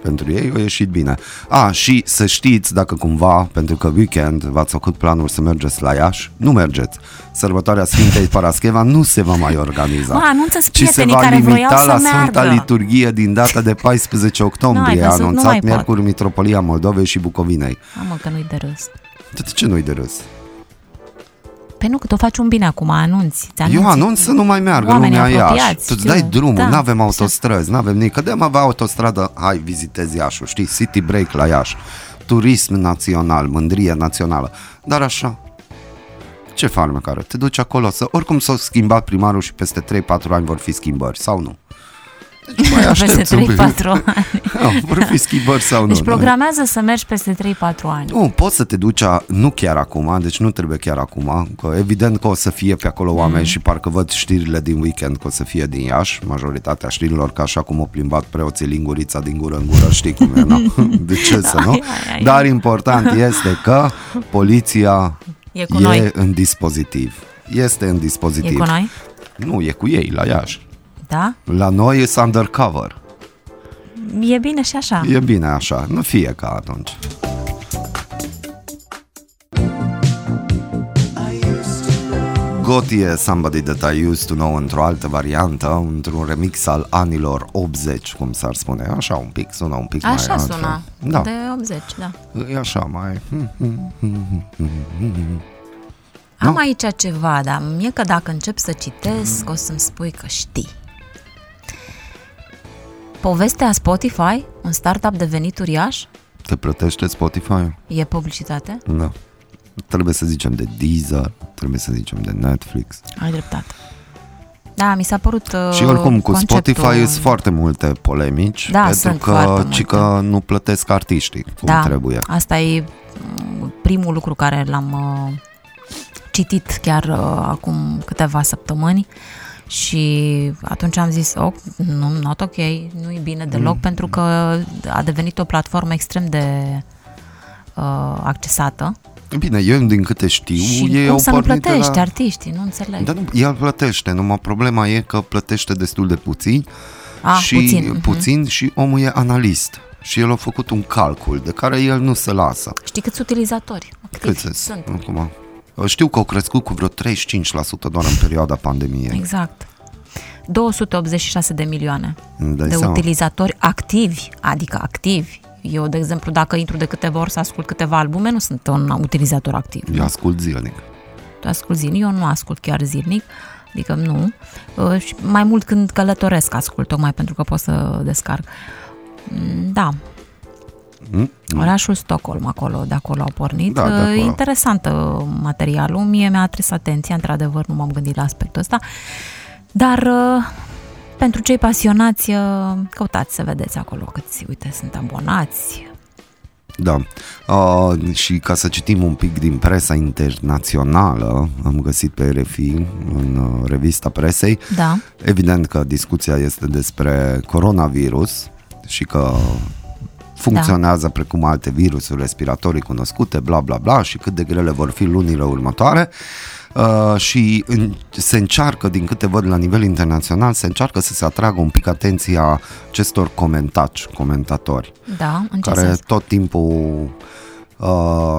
Speaker 2: Pentru ei a ieșit bine. A, și să știți dacă cumva, pentru că weekend v-ați făcut planuri să mergeți la Iași, nu mergeți. Sărbătoarea Sfintei Parascheva nu se va mai organiza.
Speaker 3: Mă, anunță-ți
Speaker 2: ci se
Speaker 3: prietenii
Speaker 2: va
Speaker 3: care
Speaker 2: limita
Speaker 3: voiau să
Speaker 2: la Sfânta
Speaker 3: meargă.
Speaker 2: Liturghie din data de 14 octombrie, a
Speaker 3: văzut, nu mai
Speaker 2: anunțat
Speaker 3: pot.
Speaker 2: miercuri Mitropolia Moldovei și Bucovinei.
Speaker 3: Mamă, că nu-i de râs.
Speaker 2: De ce nu-i de râs?
Speaker 3: Păi nu, că tu faci un bine acum, anunți. ți
Speaker 2: Eu
Speaker 3: anunți.
Speaker 2: anunț să nu mai meargă
Speaker 3: Oamenii
Speaker 2: lumea Iași.
Speaker 3: apropiați,
Speaker 2: Tu îți
Speaker 3: știu,
Speaker 2: dai drumul,
Speaker 3: da.
Speaker 2: nu avem autostrăzi, nu avem nimic. Că de-am avea autostradă, hai, vizitezi Iașul, știi? City break la Iași. Turism național, mândrie națională. Dar așa, ce farmecară? Te duci acolo să... Oricum s-au schimbat primarul și peste 3-4 ani vor fi schimbări, sau nu? Deci mai
Speaker 3: Peste
Speaker 2: aștepți un pic.
Speaker 3: 3-4 ani.
Speaker 2: Da, Vor fi schimbări sau nu?
Speaker 3: Deci
Speaker 2: nu?
Speaker 3: programează să mergi peste 3-4 ani.
Speaker 2: Nu, poți să te duci, a, nu chiar acum, deci nu trebuie chiar acum, că evident că o să fie pe
Speaker 3: Mm.
Speaker 2: acolo oameni și parcă văd știrile din weekend că o să fie din Iași, majoritatea știrilor, că așa cum au plimbat preoții lingurița din gură în gură, știi cum e, nu? De ce
Speaker 3: Da.
Speaker 2: să nu? Dar important este că poliția
Speaker 3: E cu noi.
Speaker 2: în dispozitiv. Este în
Speaker 3: E
Speaker 2: dispozitiv.
Speaker 3: cu noi?
Speaker 2: Nu, e cu ei, la Iași.
Speaker 3: Da?
Speaker 2: La noi e undercover.
Speaker 3: E bine și așa.
Speaker 2: E bine așa, nu fie ca atunci. Gotie Somebody That I Used To Know într-o altă variantă, într-un remix al anilor 80, cum s-ar spune. Așa un pic, sună un pic mai
Speaker 3: Așa
Speaker 2: altfel.
Speaker 3: sună.
Speaker 2: Da,
Speaker 3: De 80, da.
Speaker 2: e așa mai... hmm,
Speaker 3: Am aici ceva, dar mie că dacă încep să citesc, o să-mi spui că știi. Povestea Spotify, un startup devenit uriaș,
Speaker 2: Te plătește Spotify?
Speaker 3: e publicitate?
Speaker 2: Da. Trebuie să zicem de Deezer, trebuie să zicem de Netflix.
Speaker 3: Ai dreptate. Da, mi s-a părut uh,
Speaker 2: Și oricum cu
Speaker 3: conceptul...
Speaker 2: Spotify sunt foarte multe polemici
Speaker 3: Da,
Speaker 2: pentru
Speaker 3: sunt
Speaker 2: că
Speaker 3: foarte
Speaker 2: ci că nu plătesc artiștii cum
Speaker 3: da,
Speaker 2: trebuie.
Speaker 3: asta e mm, primul lucru care l-am uh, citit chiar uh, acum câteva săptămâni și atunci am zis, oh, nu, not ok, nu e bine deloc, mm. pentru că a devenit o platformă extrem de uh, accesată.
Speaker 2: Bine, eu din câte știu,
Speaker 3: și
Speaker 2: ei
Speaker 3: cum
Speaker 2: au
Speaker 3: să nu
Speaker 2: pornit de
Speaker 3: plătești
Speaker 2: la... Da,
Speaker 3: artiștii, nu înțeleg.
Speaker 2: Dar nu, el plătește, numai problema e că plătește destul de puțin
Speaker 3: Ah,
Speaker 2: și
Speaker 3: puțin, mhm.
Speaker 2: puțin și omul e analist. Și el a făcut un calcul de care el nu se lasă.
Speaker 3: Știi câți utilizatori activi
Speaker 2: Cât
Speaker 3: Deci sunt?
Speaker 2: sunt? Acum, uh, știu că au crescut cu vreo 35% doar în perioada pandemiei.
Speaker 3: Exact. 286 de milioane
Speaker 2: Îmi dai
Speaker 3: de
Speaker 2: seama.
Speaker 3: utilizatori activi, adică activi. Eu, de exemplu, dacă intru de câteva ori să ascult câteva albume, nu sunt un utilizator activ.
Speaker 2: Eu ascult zilnic.
Speaker 3: Tu ascult zilnic, eu nu ascult chiar zilnic, adică nu. Uh, Și mai mult când călătoresc ascult, tocmai pentru că pot să descarc. Mm, Da. Orașul Stockholm, acolo, de acolo au pornit.
Speaker 2: Mm-hmm. Da, de
Speaker 3: Uh,
Speaker 2: acolo.
Speaker 3: Interesant uh, materialul. Mie mi-a atras atenția, într-adevăr, nu m-am gândit la aspectul ăsta. Dar uh, pentru cei pasionați, uh, căutați să vedeți acolo câți, uite, sunt abonați.
Speaker 2: Da. Uh, și ca să citim un pic din presa internațională, am găsit pe RFI în uh, revista presei.
Speaker 3: Da.
Speaker 2: Evident că discuția este despre coronavirus și că funcționează da. precum alte virusuri respiratorii cunoscute, bla bla bla, și cât de grele vor fi lunile următoare. Uh, și în, se încearcă, din câte văd la nivel internațional, se încearcă să se atragă un pic atenția acestor comentaci, comentatori
Speaker 3: Da, în ce
Speaker 2: care
Speaker 3: sens?
Speaker 2: tot timpul uh,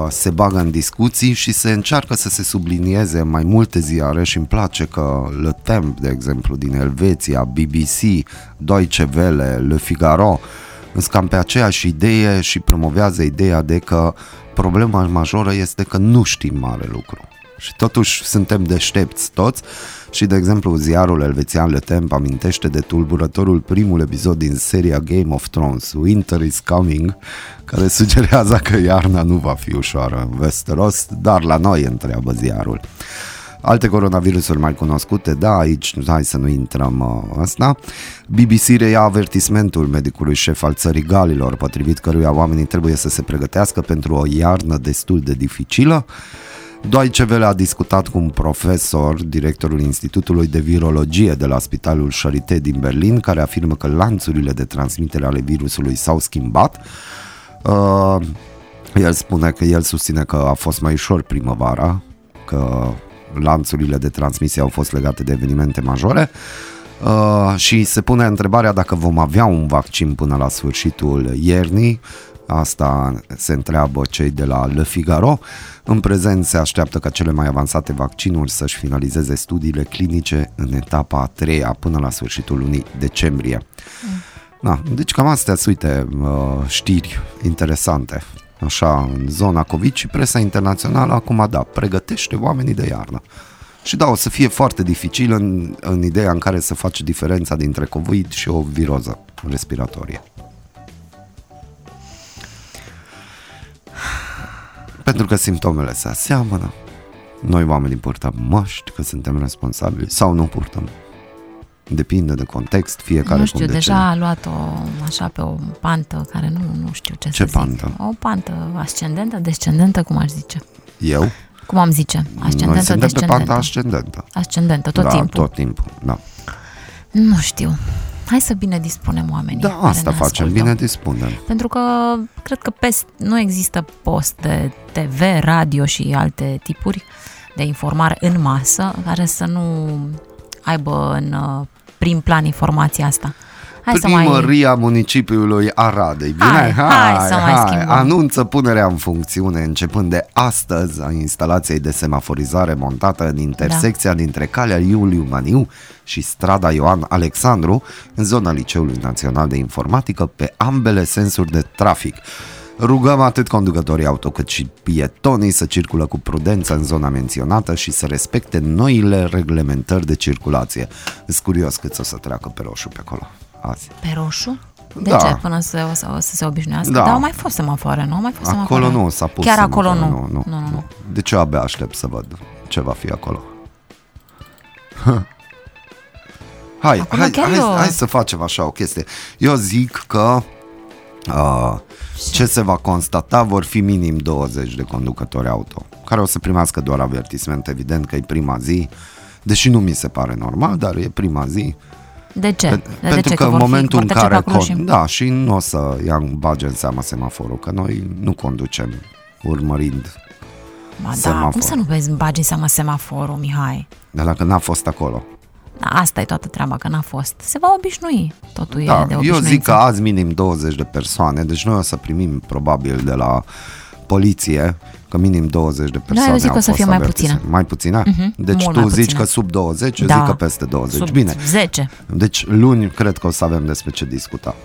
Speaker 2: se bagă în discuții și se încearcă să se sublinieze în mai multe ziare și îmi place că Le Temps, de exemplu, din Elveția, BBC, Deutsche Welle, Le Figaro, sunt cam pe aceeași idee și promovează ideea de că problema majoră este că nu știm mare lucru. Și totuși suntem deștepți toți și, de exemplu, ziarul elvețian Le Temps amintește de tulburătorul primul episod din seria Game of Thrones, Winter is Coming, care sugerează că iarna nu va fi ușoară în Westeros, dar la noi întreabă ziarul. Alte coronavirusuri mai cunoscute, da, aici hai să nu intrăm uh, asta. BBC reia avertismentul medicului șef al țării Galilor, potrivit căruia oamenii trebuie să se pregătească pentru o iarnă destul de dificilă. Deutsche Welle a discutat cu un profesor, directorul Institutului de Virologie de la Spitalul Charité din Berlin, care afirmă că lanțurile de transmitere ale virusului s-au schimbat. Uh, el spune că el susține că a fost mai ușor primăvara, că lanțurile de transmisie au fost legate de evenimente majore. Uh, și se pune întrebarea dacă vom avea un vaccin până la sfârșitul iernii. Asta se întreabă cei de la Le Figaro. În prezent se așteaptă ca cele mai avansate vaccinuri să-și finalizeze studiile clinice în etapa a treia până la sfârșitul lunii decembrie. Da, deci cam astea sunt, uite, uh, știri interesante. Așa, în zona COVID și presa internațională acum, da, pregătește oamenii de iarnă. Și da, o să fie foarte dificil în, în ideea în care să faci diferența dintre COVID și o viroză respiratorie. Pentru că simptomele se aseamănă, noi oamenii purtăm măști, că suntem responsabili sau nu purtăm. Depinde de context, fiecare
Speaker 3: nu știu,
Speaker 2: cum decide.
Speaker 3: deja a luat-o așa pe o pantă care nu, nu știu ce,
Speaker 2: Ce
Speaker 3: să
Speaker 2: pantă?
Speaker 3: zic. O pantă ascendentă, descendentă, cum aș zice.
Speaker 2: Eu?
Speaker 3: Cum am zice?
Speaker 2: Noi
Speaker 3: Ascendentă,
Speaker 2: suntem pe panta
Speaker 3: descendentă.
Speaker 2: ascendentă.
Speaker 3: Ascendentă, tot
Speaker 2: da,
Speaker 3: timpul.
Speaker 2: tot timpul. Da,
Speaker 3: Nu știu. Hai să bine dispunem oamenii.
Speaker 2: da
Speaker 3: care
Speaker 2: asta
Speaker 3: ne
Speaker 2: facem,
Speaker 3: ascultă.
Speaker 2: bine dispunem.
Speaker 3: Pentru că cred că peste, nu există post de TV, radio și alte tipuri de informare în masă care să nu aibă în uh, prim plan informația asta. Hai să mai...
Speaker 2: Primăria municipiului Aradei. Bine,
Speaker 3: Hai, hai să mai schimbăm.
Speaker 2: Anunță punerea în funcțiune începând de astăzi a instalației de semaforizare montată în intersecția dintre calea Iuliu Maniu și strada Ioan Alexandru, în zona Liceului Național de Informatică, pe ambele sensuri de trafic. Rugăm atât conducătorii auto cât și pietonii să circulă cu prudență în zona menționată și să respecte noile reglementări de circulație. Sunt curios cât o să treacă pe roșu pe acolo azi.
Speaker 3: Pe roșu? De
Speaker 2: Da.
Speaker 3: ce? Până să, o să, o să se obișnuiască?
Speaker 2: Da.
Speaker 3: Dar au mai fost semafoare, nu? Au mai fost
Speaker 2: Acolo
Speaker 3: semafoare.
Speaker 2: nu s-a pus.
Speaker 3: Chiar
Speaker 2: semn,
Speaker 3: acolo nu.
Speaker 2: Nu, nu,
Speaker 3: nu, nu, nu.
Speaker 2: Deci eu abia aștept să văd ce va fi acolo. Hai,
Speaker 3: Acum
Speaker 2: hai,
Speaker 3: chiar
Speaker 2: hai,
Speaker 3: eu-
Speaker 2: hai să facem așa o chestie. Eu zic că uh, ce se va constata vor fi minim 20 de conducători auto, care o să primească doar avertisment, evident că e prima zi, deși nu mi se pare normal, dar e prima zi.
Speaker 3: De ce?
Speaker 2: Pe-
Speaker 3: de
Speaker 2: pentru
Speaker 3: ce?
Speaker 2: că în
Speaker 3: vor fi-
Speaker 2: momentul
Speaker 3: vor
Speaker 2: în
Speaker 3: trece pe
Speaker 2: care
Speaker 3: acolo
Speaker 2: con-
Speaker 3: și-
Speaker 2: da, și nu o să ia în bage în seama semaforul, că noi nu conducem urmărind.
Speaker 3: Ba da,
Speaker 2: Semafor.
Speaker 3: cum să nu vezi, bagi în seama semaforul, Mihai?
Speaker 2: Dar dacă n-a fost acolo.
Speaker 3: Da, asta e toată treaba, că n-a fost. Se va obișnui. Totul e de
Speaker 2: Da, eu
Speaker 3: obișnuință.
Speaker 2: zic că azi minim 20 de persoane, deci noi o să primim probabil de la poliție că minim 20 de persoane
Speaker 3: Da, eu zic
Speaker 2: au
Speaker 3: că o să
Speaker 2: fost
Speaker 3: fie mai
Speaker 2: avertizate.
Speaker 3: puține. Mhm,
Speaker 2: Mai puține? Deci
Speaker 3: mult
Speaker 2: tu
Speaker 3: mai
Speaker 2: zici
Speaker 3: puține.
Speaker 2: că sub 20, eu
Speaker 3: Da.
Speaker 2: zic că peste 20.
Speaker 3: Sub
Speaker 2: Bine,
Speaker 3: 10.
Speaker 2: deci luni cred că o să avem despre ce discuta.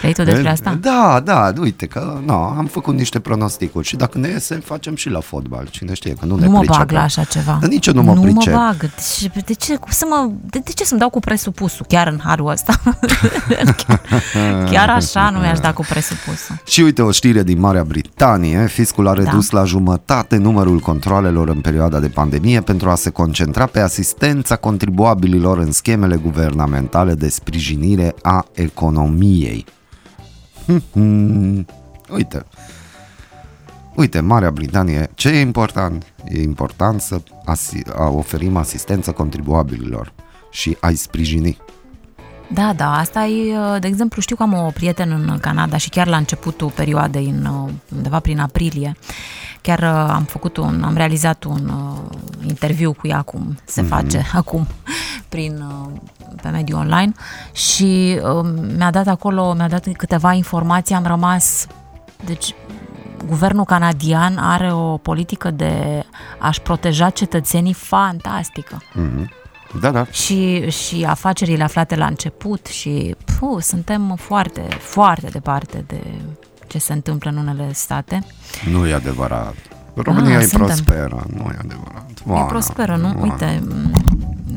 Speaker 3: Vrei tu despre asta?
Speaker 2: Da, da, uite că no, am făcut niște pronosticuri și dacă ne iese, facem și la fotbal. Cine știe că nu ne
Speaker 3: Nu mă
Speaker 2: pricep.
Speaker 3: bag la așa ceva.
Speaker 2: Dar nici eu nu mă
Speaker 3: nu
Speaker 2: pricep.
Speaker 3: mă bag. Deci, de, ce, cum să mă, de, de ce să-mi dau cu presupusul chiar în harul ăsta? chiar, chiar așa nu mi-aș da cu presupusul.
Speaker 2: Și uite o știre din Marea Britanie, fiscul a redus la jumătate numărul controalelor în perioada de pandemie pentru a se concentra pe asistența contribuabililor în schemele guvernamentale de sprijinire a economiei. uite, uite, Marea Britanie, ce e important? E important să asi- a oferim asistență contribuabililor și ai sprijini.
Speaker 3: Da, da, asta e, de exemplu, știu că am o prietenă în Canada și chiar la începutul perioadei, în, uh, undeva prin aprilie, chiar uh, am făcut un, am realizat un uh, interviu cu ea acum, se mm-hmm. face acum, prin, uh, pe mediul online și uh, mi-a dat acolo, mi-a dat câteva informații, am rămas, deci Guvernul canadian are o politică de a-și proteja cetățenii fantastică
Speaker 2: Da, da.
Speaker 3: și, și afacerile aflate la început și puh, suntem foarte, foarte departe de ce se întâmplă în unele state.
Speaker 2: Nu e adevărat. România
Speaker 3: Ah,
Speaker 2: e
Speaker 3: suntem.
Speaker 2: prosperă, nu e adevărat.
Speaker 3: E
Speaker 2: Oana,
Speaker 3: prosperă, nu?
Speaker 2: Oana.
Speaker 3: Uite, mm,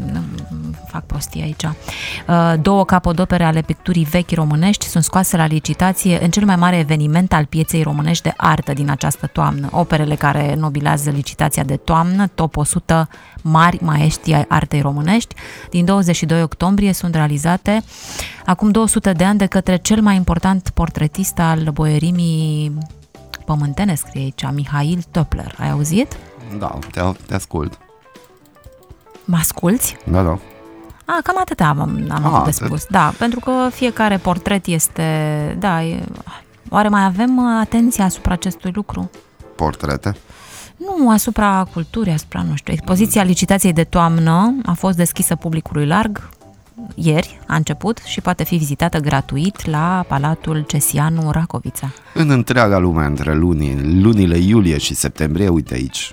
Speaker 3: mm, fac prostii aici. Uh, Două capodopere ale picturii vechi românești sunt scoase la licitație în cel mai mare eveniment al pieței românești de artă din această toamnă. Operele care nobilează licitația de toamnă, top 100 mari maestri ai artei românești, din 22 octombrie sunt realizate acum 200 de ani de către cel mai important portretist al boierimii pământene, scrie aici, Mihail Topler. Ai auzit?
Speaker 2: Da, te, te ascult.
Speaker 3: Mă asculți?
Speaker 2: Da, da.
Speaker 3: A, cam atâta am, am
Speaker 2: A,
Speaker 3: avut
Speaker 2: Ah,
Speaker 3: de
Speaker 2: atât.
Speaker 3: spus. Da, pentru că fiecare portret este... Da, e... Oare mai avem uh, atenție asupra acestui lucru?
Speaker 2: Portrete.
Speaker 3: Nu, asupra culturii, asupra, nu știu. Expoziția licitației de toamnă a fost deschisă publicului larg ieri, a început și poate fi vizitată gratuit la Palatul Cesianu Racovița.
Speaker 2: În întreaga lume, între lunii, lunile iulie și septembrie, uite aici.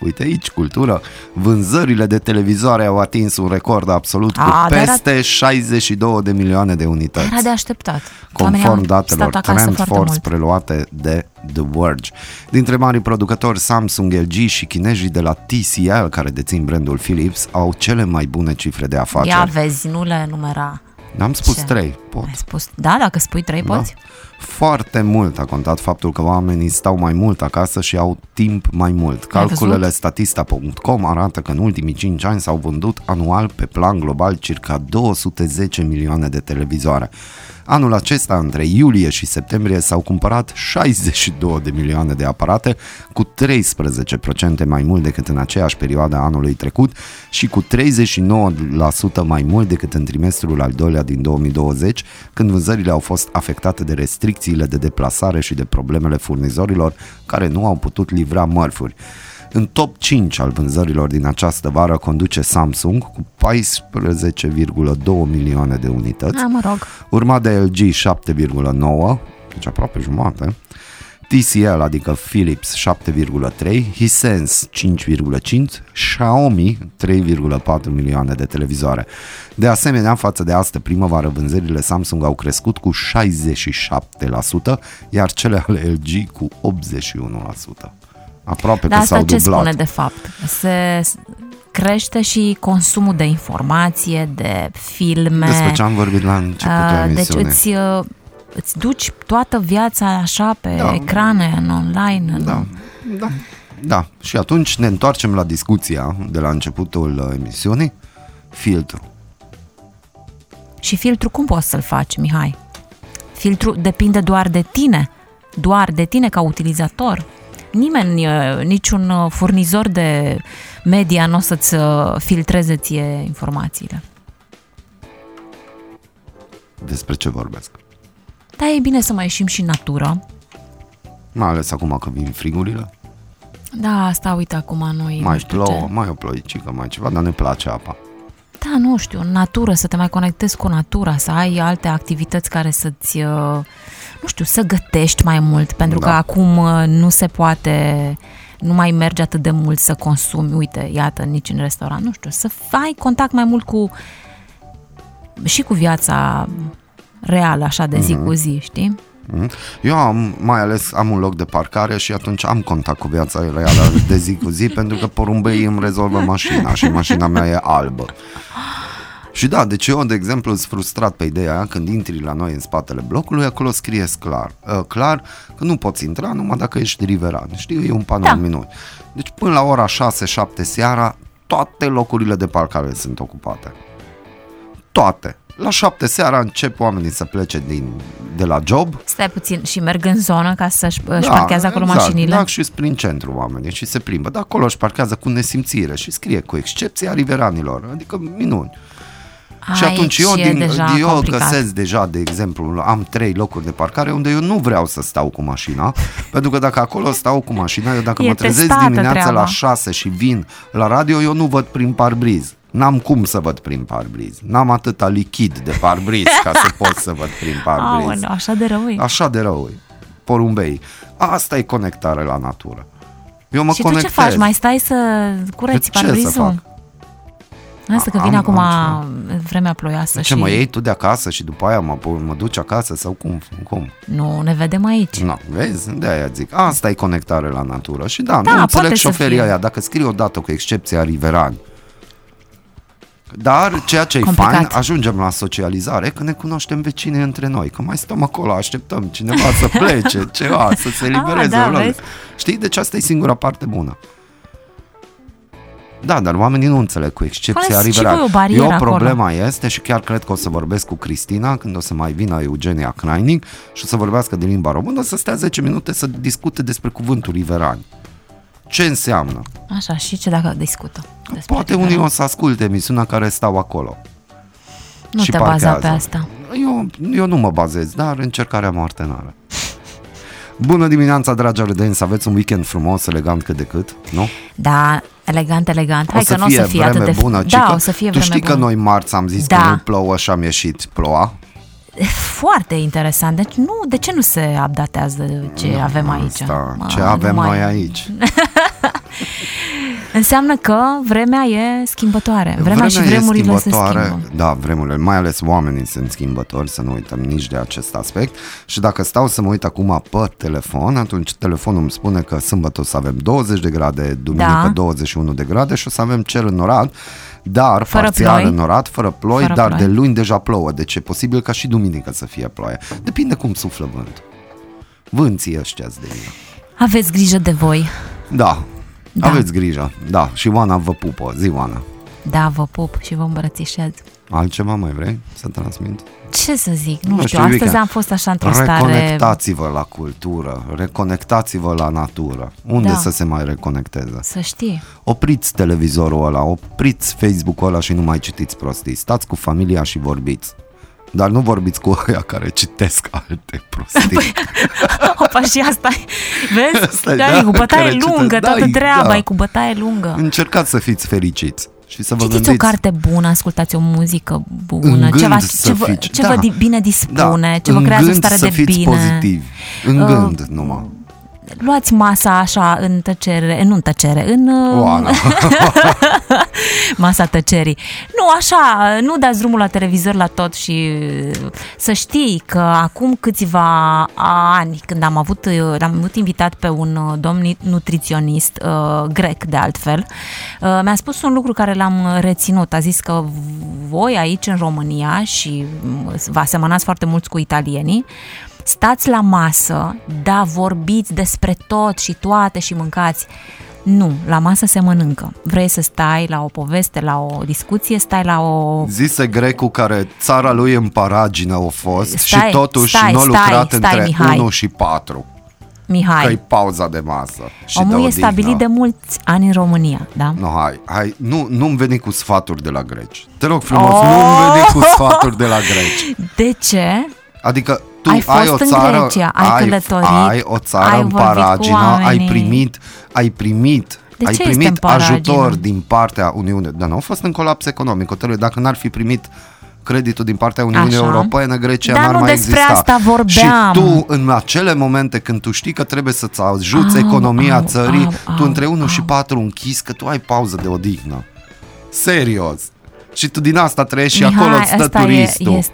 Speaker 2: Uite aici, cultură. Vânzările de televizoare au atins un record absolut
Speaker 3: A,
Speaker 2: cu
Speaker 3: dar era-
Speaker 2: peste 62 de milioane de unități.
Speaker 3: Era de așteptat. Oamenii au
Speaker 2: conform datelor
Speaker 3: stat acasă
Speaker 2: Trend
Speaker 3: foarte
Speaker 2: Force
Speaker 3: mult.
Speaker 2: preluate de The Verge. Dintre marii producători Samsung, LG și chinezii de la TCL, care dețin brandul Philips, au cele mai bune cifre de afaceri.
Speaker 3: Ia vezi, nu le numera.
Speaker 2: N-am spus
Speaker 3: Ce?
Speaker 2: trei, pot.
Speaker 3: Ai spus, da, dacă spui trei,
Speaker 2: Da.
Speaker 3: poți?
Speaker 2: Foarte mult a contat faptul că oamenii stau mai mult acasă și au timp mai mult.
Speaker 3: Ai văzut?
Speaker 2: Calculele statista.com arată că în ultimii 5 ani s-au vândut anual pe plan global circa 210 milioane de televizoare. Anul acesta, între iulie și septembrie, s-au cumpărat 62 de milioane de aparate, cu 13% mai mult decât în aceeași perioadă a anului trecut și cu 39% mai mult decât în trimestrul al doilea din 2020, când vânzările au fost afectate de restricțiile de deplasare și de problemele furnizorilor care nu au putut livra mărfuri. În top 5 al vânzărilor din această vară conduce Samsung cu 14,2 milioane de unități,
Speaker 3: Da, mă rog.
Speaker 2: urmat de LG 7,9, deci aproape jumate, TCL, adică Philips 7,3, Hisense 5,5, Xiaomi 3,4 milioane de televizoare. De asemenea, față de astă primăvară, vânzările Samsung au crescut cu 67%, iar cele ale LG cu 81%. Aproape
Speaker 3: Dar
Speaker 2: că s-au
Speaker 3: asta ce
Speaker 2: dublat.
Speaker 3: spune de fapt? Se s- crește și consumul de informație, de filme.
Speaker 2: Despre ce am vorbit la începutul
Speaker 3: Uh, deci
Speaker 2: emisiunii.
Speaker 3: îți, uh, îți duci toată viața așa pe
Speaker 2: Da.
Speaker 3: da. ecrane, în online. În...
Speaker 2: Da, da. Da, și atunci ne întoarcem la discuția de la începutul uh, emisiunii, filtru.
Speaker 3: Și filtru cum poți să-l faci, Mihai? Filtru depinde doar de tine, doar de tine ca utilizator. Nimeni, uh, niciun uh, furnizor de media nu o să-ți uh, filtreze ție informațiile.
Speaker 2: Despre ce vorbesc?
Speaker 3: Dar e bine să mai ieșim și în natură,
Speaker 2: Mai ales acum că vin frigurile.
Speaker 3: Da, asta uite acum noi. nu
Speaker 2: mai
Speaker 3: știu
Speaker 2: plouă,
Speaker 3: ce.
Speaker 2: mai o ploicică, mai ceva, dar ne place apa.
Speaker 3: Da, nu știu, în natură, să te mai conectezi cu natura, să ai alte activități care să-ți, uh, nu știu, să gătești mai mult, pentru
Speaker 2: Da.
Speaker 3: că acum uh, nu se poate, nu mai mergi atât de mult să consumi, uite, iată, nici în restaurant, nu știu, să ai contact mai mult cu, și cu viața reală, așa, de zi cu zi, știi?
Speaker 2: Mhm. Eu am, mai ales am un loc de parcare și atunci am contact cu viața reală de zi cu zi pentru că porumbei îmi rezolvă mașina și mașina mea e albă. Și da, deci eu, de exemplu, sunt frustrat pe ideea aia când intri la noi în spatele blocului, acolo scrie clar, uh, clar că nu poți intra numai dacă ești riveran. Știi, e un panou
Speaker 3: Da.
Speaker 2: da. minut. Deci până la ora 6-7 seara, toate locurile de parcare sunt ocupate toate. La șapte seara încep oamenii să plece din, de la job.
Speaker 3: Stai puțin și merg în zonă ca să-și da, parchează acolo
Speaker 2: exact,
Speaker 3: mașinile.
Speaker 2: Da, și sunt prin centru oamenii și se plimbă. Dar acolo își parchează cu nesimțire și scrie cu excepția riveranilor. Adică minuni.
Speaker 3: Aici
Speaker 2: și atunci eu,
Speaker 3: e
Speaker 2: din,
Speaker 3: deja
Speaker 2: eu
Speaker 3: complicat.
Speaker 2: găsesc deja, de exemplu, am trei locuri de parcare unde eu nu vreau să stau cu mașina, pentru că dacă acolo stau cu mașina, eu dacă
Speaker 3: E
Speaker 2: mă trezesc
Speaker 3: testată
Speaker 2: dimineața
Speaker 3: treaba.
Speaker 2: la 6 și vin la radio, eu nu văd prin parbriz. N-am cum să văd prin parbriz. N-am atâta lichid de parbriz ca să pot să văd prin parbriz.
Speaker 3: Aoleu, așa de rău e.
Speaker 2: Așa de rău e. Porumbei. Asta e conectare la natură. Eu mă
Speaker 3: și
Speaker 2: conectez.
Speaker 3: tu ce faci? Mai stai să cureți
Speaker 2: Ce- ce să
Speaker 3: parbrizul? Asta că
Speaker 2: Am-
Speaker 3: vine acum
Speaker 2: am
Speaker 3: vremea ploioasă
Speaker 2: Ce
Speaker 3: și
Speaker 2: mă iei tu de acasă și după aia mă, mă duci acasă sau cum? cum?
Speaker 3: nu ne vedem aici.
Speaker 2: No, vezi? De aia zic. Asta e conectare la natură. Și da,
Speaker 3: Da,
Speaker 2: nu
Speaker 3: poate
Speaker 2: înțeleg
Speaker 3: să
Speaker 2: șoferii
Speaker 3: fie.
Speaker 2: aia. Dacă scrii odată cu excepția riverani, dar ceea ce e
Speaker 3: Complicat.
Speaker 2: fain, ajungem la socializare, că ne cunoaștem vecinii între noi, că mai stăm acolo, așteptăm cineva să plece, ceva, să se libereze.
Speaker 3: da,
Speaker 2: un loc.
Speaker 3: vezi?
Speaker 2: Știi? Deci asta e singura parte bună. Da, dar oamenii nu înțeleg cu excepția
Speaker 3: Puneți și
Speaker 2: riverani.
Speaker 3: voi o barieră
Speaker 2: Eu
Speaker 3: acolo.
Speaker 2: problema este și chiar cred că o să vorbesc cu Cristina când o să mai vină Eugenia Krainic și o să vorbească din limba română, o să stea 10 minute să discute despre cuvântul riverani. Ce înseamnă?
Speaker 3: Așa, și ce dacă discută? despre
Speaker 2: Mm. Poate
Speaker 3: diferențe?
Speaker 2: unii o să asculte emisiunea care stau acolo.
Speaker 3: Nu
Speaker 2: și
Speaker 3: te baza pe
Speaker 2: parchează.
Speaker 3: asta.
Speaker 2: Eu, eu nu mă bazez, dar încercarea moartenară. Bună dimineața, dragi ardenți, aveți un weekend frumos, elegant cât de cât, nu?
Speaker 3: Da, elegant, elegant. Hai
Speaker 2: o să
Speaker 3: că nu o
Speaker 2: fie
Speaker 3: să fie
Speaker 2: vreme
Speaker 3: atât de...
Speaker 2: bună. ci
Speaker 3: da,
Speaker 2: că
Speaker 3: o să fie
Speaker 2: tu
Speaker 3: vreme
Speaker 2: știi
Speaker 3: bună.
Speaker 2: că noi marți am zis
Speaker 3: Da.
Speaker 2: că nu plouă și am ieșit ploua.
Speaker 3: Eh, Foarte interesant. Deci nu, de ce nu se updatează ce avem aici?
Speaker 2: Asta,
Speaker 3: Mă,
Speaker 2: ce
Speaker 3: nu
Speaker 2: avem
Speaker 3: mai-
Speaker 2: noi aici.
Speaker 3: Înseamnă că vremea e schimbătoare. Vremea, și
Speaker 2: e
Speaker 3: vremurile se
Speaker 2: schimbătoare.
Speaker 3: schimbă.
Speaker 2: Da, vremurile, mai ales oamenii sunt schimbători, să nu uităm nici de acest aspect. Și dacă stau să mă uit acum pe telefon, atunci telefonul îmi spune că sâmbătă o să avem 20 de grade, duminică
Speaker 3: Da.
Speaker 2: 21 de grade și o să avem cer înnorat, dar
Speaker 3: Fără
Speaker 2: parțial
Speaker 3: ploi.
Speaker 2: înnorat, fără ploi,
Speaker 3: Fără
Speaker 2: dar
Speaker 3: ploi.
Speaker 2: de luni deja plouă, deci e posibil ca și duminică să fie ploaie. Depinde cum suflă vântul. Vânții ăștia de mine.
Speaker 3: Aveți grijă de voi.
Speaker 2: Da.
Speaker 3: Da.
Speaker 2: da. Aveți grijă. Da. Și Oana vă pupă. Zi, Oana.
Speaker 3: Da, vă pup și vă îmbrățișez.
Speaker 2: Altceva mai vrei să transmit?
Speaker 3: Ce să zic, nu, știu, astăzi
Speaker 2: weekend.
Speaker 3: am fost așa într-o stare...
Speaker 2: Reconectați-vă la cultură, reconectați-vă la natură. Unde
Speaker 3: Da.
Speaker 2: să se mai reconecteze?
Speaker 3: Să știi.
Speaker 2: Opriți televizorul ăla, opriți Facebook-ul ăla și nu mai citiți prostii. Stați cu familia și vorbiți. Dar nu vorbiți cu aia care citesc alte prostii.
Speaker 3: Păi, Opa, și asta e- Vezi?
Speaker 2: Asta e,
Speaker 3: da,
Speaker 2: da,
Speaker 3: e cu bătaie
Speaker 2: care citesc.
Speaker 3: lungă,
Speaker 2: Da,
Speaker 3: toată
Speaker 2: e,
Speaker 3: treaba
Speaker 2: da.
Speaker 3: e cu bătaie lungă.
Speaker 2: Încercați să fiți fericiți și să vă
Speaker 3: Citiți o
Speaker 2: gândiți.
Speaker 3: carte bună, ascultați o muzică
Speaker 2: În
Speaker 3: bună,
Speaker 2: gând
Speaker 3: ceva
Speaker 2: să
Speaker 3: ce, vă,
Speaker 2: fiți-
Speaker 3: ce
Speaker 2: da.
Speaker 3: vă di- bine dispune, ce vă
Speaker 2: în
Speaker 3: creează o
Speaker 2: gând
Speaker 3: stare
Speaker 2: să
Speaker 3: de
Speaker 2: fiți
Speaker 3: bine.
Speaker 2: pozitivi. În
Speaker 3: Uh,
Speaker 2: gând numai.
Speaker 3: Luați masa așa în tăcere, nu în tăcere, în uh,
Speaker 2: Oana.
Speaker 3: masa tăcerii. Nu, așa, nu dați drumul la televizor la tot și uh, să știi că acum câțiva ani, când am avut, am avut invitat pe un uh, domn nutriționist uh, grec, de altfel, uh, mi-a spus un lucru care l-am reținut. A zis că voi aici în România și mm, vă asemănați foarte mulți cu italienii, stați la masă, da, vorbiți despre tot și toate și mâncați. Nu, la masă se mănâncă. Vrei să stai la o poveste, la o discuție, stai la o...
Speaker 2: Zise grecul care țara lui în paragină a fost
Speaker 3: Stai,
Speaker 2: și totuși
Speaker 3: stai,
Speaker 2: nu a
Speaker 3: stai,
Speaker 2: lucrat
Speaker 3: stai,
Speaker 2: între
Speaker 3: Mihai.
Speaker 2: 1 și 4. că e
Speaker 3: Mihai,
Speaker 2: pauza de masă. Și de da.
Speaker 3: omul e
Speaker 2: odihnă.
Speaker 3: stabilit de mulți ani în România, da?
Speaker 2: Nu, hai, hai, nu, nu-mi veni cu sfaturi de la greci. Te rog frumos, oh! nu-mi veni cu sfaturi de la greci.
Speaker 3: De ce?
Speaker 2: Adică tu
Speaker 3: Ai
Speaker 2: ai,
Speaker 3: fost
Speaker 2: o
Speaker 3: în
Speaker 2: țară,
Speaker 3: Grecia, ai călătorit,
Speaker 2: ai o țară
Speaker 3: ai
Speaker 2: în
Speaker 3: vorbit cu
Speaker 2: paragină, ai
Speaker 3: oamenii.
Speaker 2: primit, ai primit
Speaker 3: De
Speaker 2: ai
Speaker 3: ce este în
Speaker 2: primit
Speaker 3: paragină?
Speaker 2: ajutor din partea Uniunii, dar nu au fost în colaps economic, Otelio, dacă n-ar fi primit creditul din partea Uniunii
Speaker 3: Așa.
Speaker 2: Europene, Grecia
Speaker 3: Dar
Speaker 2: n-ar
Speaker 3: nu
Speaker 2: mai
Speaker 3: despre
Speaker 2: exista.
Speaker 3: asta
Speaker 2: Și
Speaker 3: vorbeam.
Speaker 2: tu, în acele momente când tu știi că trebuie să-ți ajuți
Speaker 3: Au,
Speaker 2: economia
Speaker 3: au,
Speaker 2: țării,
Speaker 3: au,
Speaker 2: tu între
Speaker 3: au,
Speaker 2: 1 și
Speaker 3: au.
Speaker 2: 4 închis că tu ai pauză de odihnă. Serios. Și tu din asta trăiești și
Speaker 3: Mihai,
Speaker 2: acolo îți stă
Speaker 3: ăsta e-
Speaker 2: turistul.
Speaker 3: este-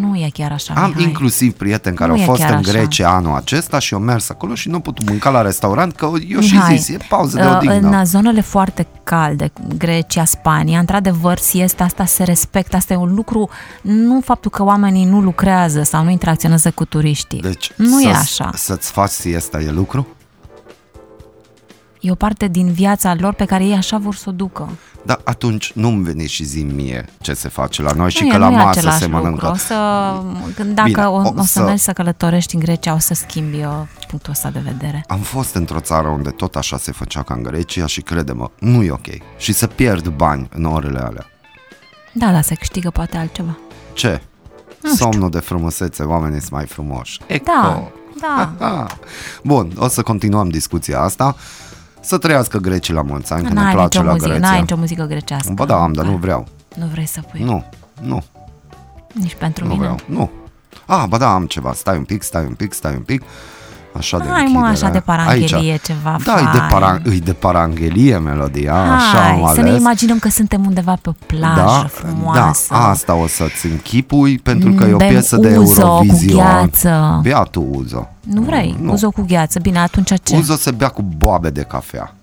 Speaker 3: Nu e chiar așa,
Speaker 2: Am
Speaker 3: Mihai.
Speaker 2: inclusiv prieteni care
Speaker 3: Nu
Speaker 2: au
Speaker 3: e
Speaker 2: fost
Speaker 3: chiar
Speaker 2: în
Speaker 3: așa.
Speaker 2: Grecia anul acesta și au mers acolo și nu au putut mânca la restaurant, că eu și
Speaker 3: Mihai,
Speaker 2: zis, e pauză de
Speaker 3: uh,
Speaker 2: odihnă.
Speaker 3: În zonele foarte calde, Grecia, Spania, într-adevăr, siesta asta se respectă, asta e un lucru, nu faptul că oamenii nu lucrează sau nu interacționează cu turiștii.
Speaker 2: Deci
Speaker 3: nu
Speaker 2: să,
Speaker 3: e așa.
Speaker 2: să-ți faci siesta e lucru?
Speaker 3: E o parte din viața lor pe care ei așa vor să o ducă.
Speaker 2: Dar atunci nu-mi veni și zi mie ce se face la noi și
Speaker 3: nu
Speaker 2: că
Speaker 3: e,
Speaker 2: la
Speaker 3: nu e
Speaker 2: masă
Speaker 3: același
Speaker 2: se
Speaker 3: lucru.
Speaker 2: mănâncă.
Speaker 3: O să, când, dacă
Speaker 2: Bine,
Speaker 3: o, o,
Speaker 2: o
Speaker 3: să,
Speaker 2: să-
Speaker 3: mergi să călătorești în Grecia, o să schimbi uh, punctul ăsta de vedere.
Speaker 2: Am fost într-o țară unde tot așa se făcea ca în Grecia și crede-mă, nu e ok. Și să pierd bani în orele alea.
Speaker 3: Da, da, se câștigă poate altceva.
Speaker 2: Păi Ce? Somnul de frumusețe, oamenii sunt mai frumoși. Eco.
Speaker 3: Da, da.
Speaker 2: Ah. Bun, o să continuăm discuția asta. Să trăiască grecii la mulți ani, că ne
Speaker 3: N-ai
Speaker 2: place
Speaker 3: nicio
Speaker 2: la
Speaker 3: muzică,
Speaker 2: Grecia.
Speaker 3: n-ai nicio muzică grecească.
Speaker 2: Bă, da, am, dar nu vreau.
Speaker 3: Nu vrei să pui?
Speaker 2: Nu, nu,
Speaker 3: Nici pentru
Speaker 2: nu
Speaker 3: mine.
Speaker 2: vreau. Nu. Ah, ba da, am ceva. Stai un pic, stai un pic, stai un pic. Așa de
Speaker 3: Hai, mă,
Speaker 2: închidere.
Speaker 3: așa de paranghelie
Speaker 2: Aici.
Speaker 3: ceva
Speaker 2: Da, e de,
Speaker 3: fain.
Speaker 2: para- e de paranghelie melodia, așa am
Speaker 3: Hai,
Speaker 2: ales.
Speaker 3: să ne imaginăm că suntem undeva pe o plajă
Speaker 2: da,
Speaker 3: frumoasă.
Speaker 2: da, asta o să-ți închipui pentru că e o
Speaker 3: Bem
Speaker 2: piesă de
Speaker 3: uzo cu
Speaker 2: Eurovision.
Speaker 3: gheață.
Speaker 2: Bea tu uzo.
Speaker 3: Nu vrei?
Speaker 2: Nu.
Speaker 3: Uzo cu gheață. Bine, atunci ce?
Speaker 2: Uzo se bea cu boabe de cafea.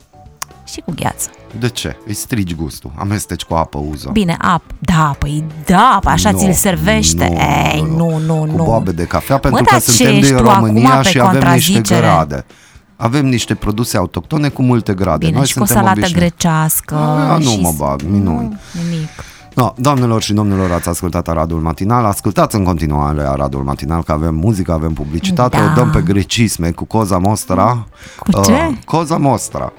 Speaker 3: Și cu gheață.
Speaker 2: De ce? Îi strici gustul. Amesteci cu apă uzo.
Speaker 3: Bine, ap. Da, păi da, păi așa
Speaker 2: Nu,
Speaker 3: ți-l servește.
Speaker 2: nu,
Speaker 3: Ei, nu, nu,
Speaker 2: cu
Speaker 3: nu.
Speaker 2: boabe de cafea pentru
Speaker 3: mă,
Speaker 2: că
Speaker 3: dar ce
Speaker 2: suntem
Speaker 3: ești
Speaker 2: din
Speaker 3: tu acum
Speaker 2: România
Speaker 3: pe
Speaker 2: și avem niște
Speaker 3: contrazicere?
Speaker 2: grade. Avem niște produse autohtone cu multe grade.
Speaker 3: Bine,
Speaker 2: Noi
Speaker 3: și cu o
Speaker 2: suntem
Speaker 3: salată
Speaker 2: obișnuiți.
Speaker 3: grecească.
Speaker 2: A, nu
Speaker 3: și...
Speaker 2: mă bag, minuni.
Speaker 3: Nu, nimic.
Speaker 2: No, doamnelor și domnilor, ați ascultat Aradul Matinal. Ascultați în continuare Aradul Matinal, că avem muzică, avem publicitate.
Speaker 3: Da.
Speaker 2: O dăm pe grecisme cu Coza Mostra.
Speaker 3: Cu ce?
Speaker 2: Coza Mostra.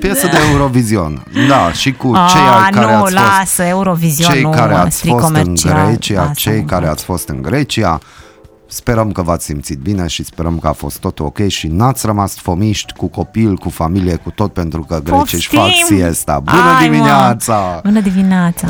Speaker 2: Piesă de Eurovision. Da, și cu
Speaker 3: A,
Speaker 2: cei ai- care
Speaker 3: nu,
Speaker 2: ați fost
Speaker 3: lasă, Eurovision
Speaker 2: cei
Speaker 3: nu,
Speaker 2: care ați
Speaker 3: strict
Speaker 2: fost
Speaker 3: comercial.
Speaker 2: în Grecia,
Speaker 3: Lasă,
Speaker 2: cei
Speaker 3: nu.
Speaker 2: care ați fost în Grecia, sperăm că v-ați simțit bine și sperăm că a fost tot ok și n-ați rămas fomiști cu copil, cu familie, cu tot pentru că grecii își fac
Speaker 3: Poftim!
Speaker 2: siesta. Bună
Speaker 3: Hai, mă!
Speaker 2: dimineața!
Speaker 3: Bună dimineața!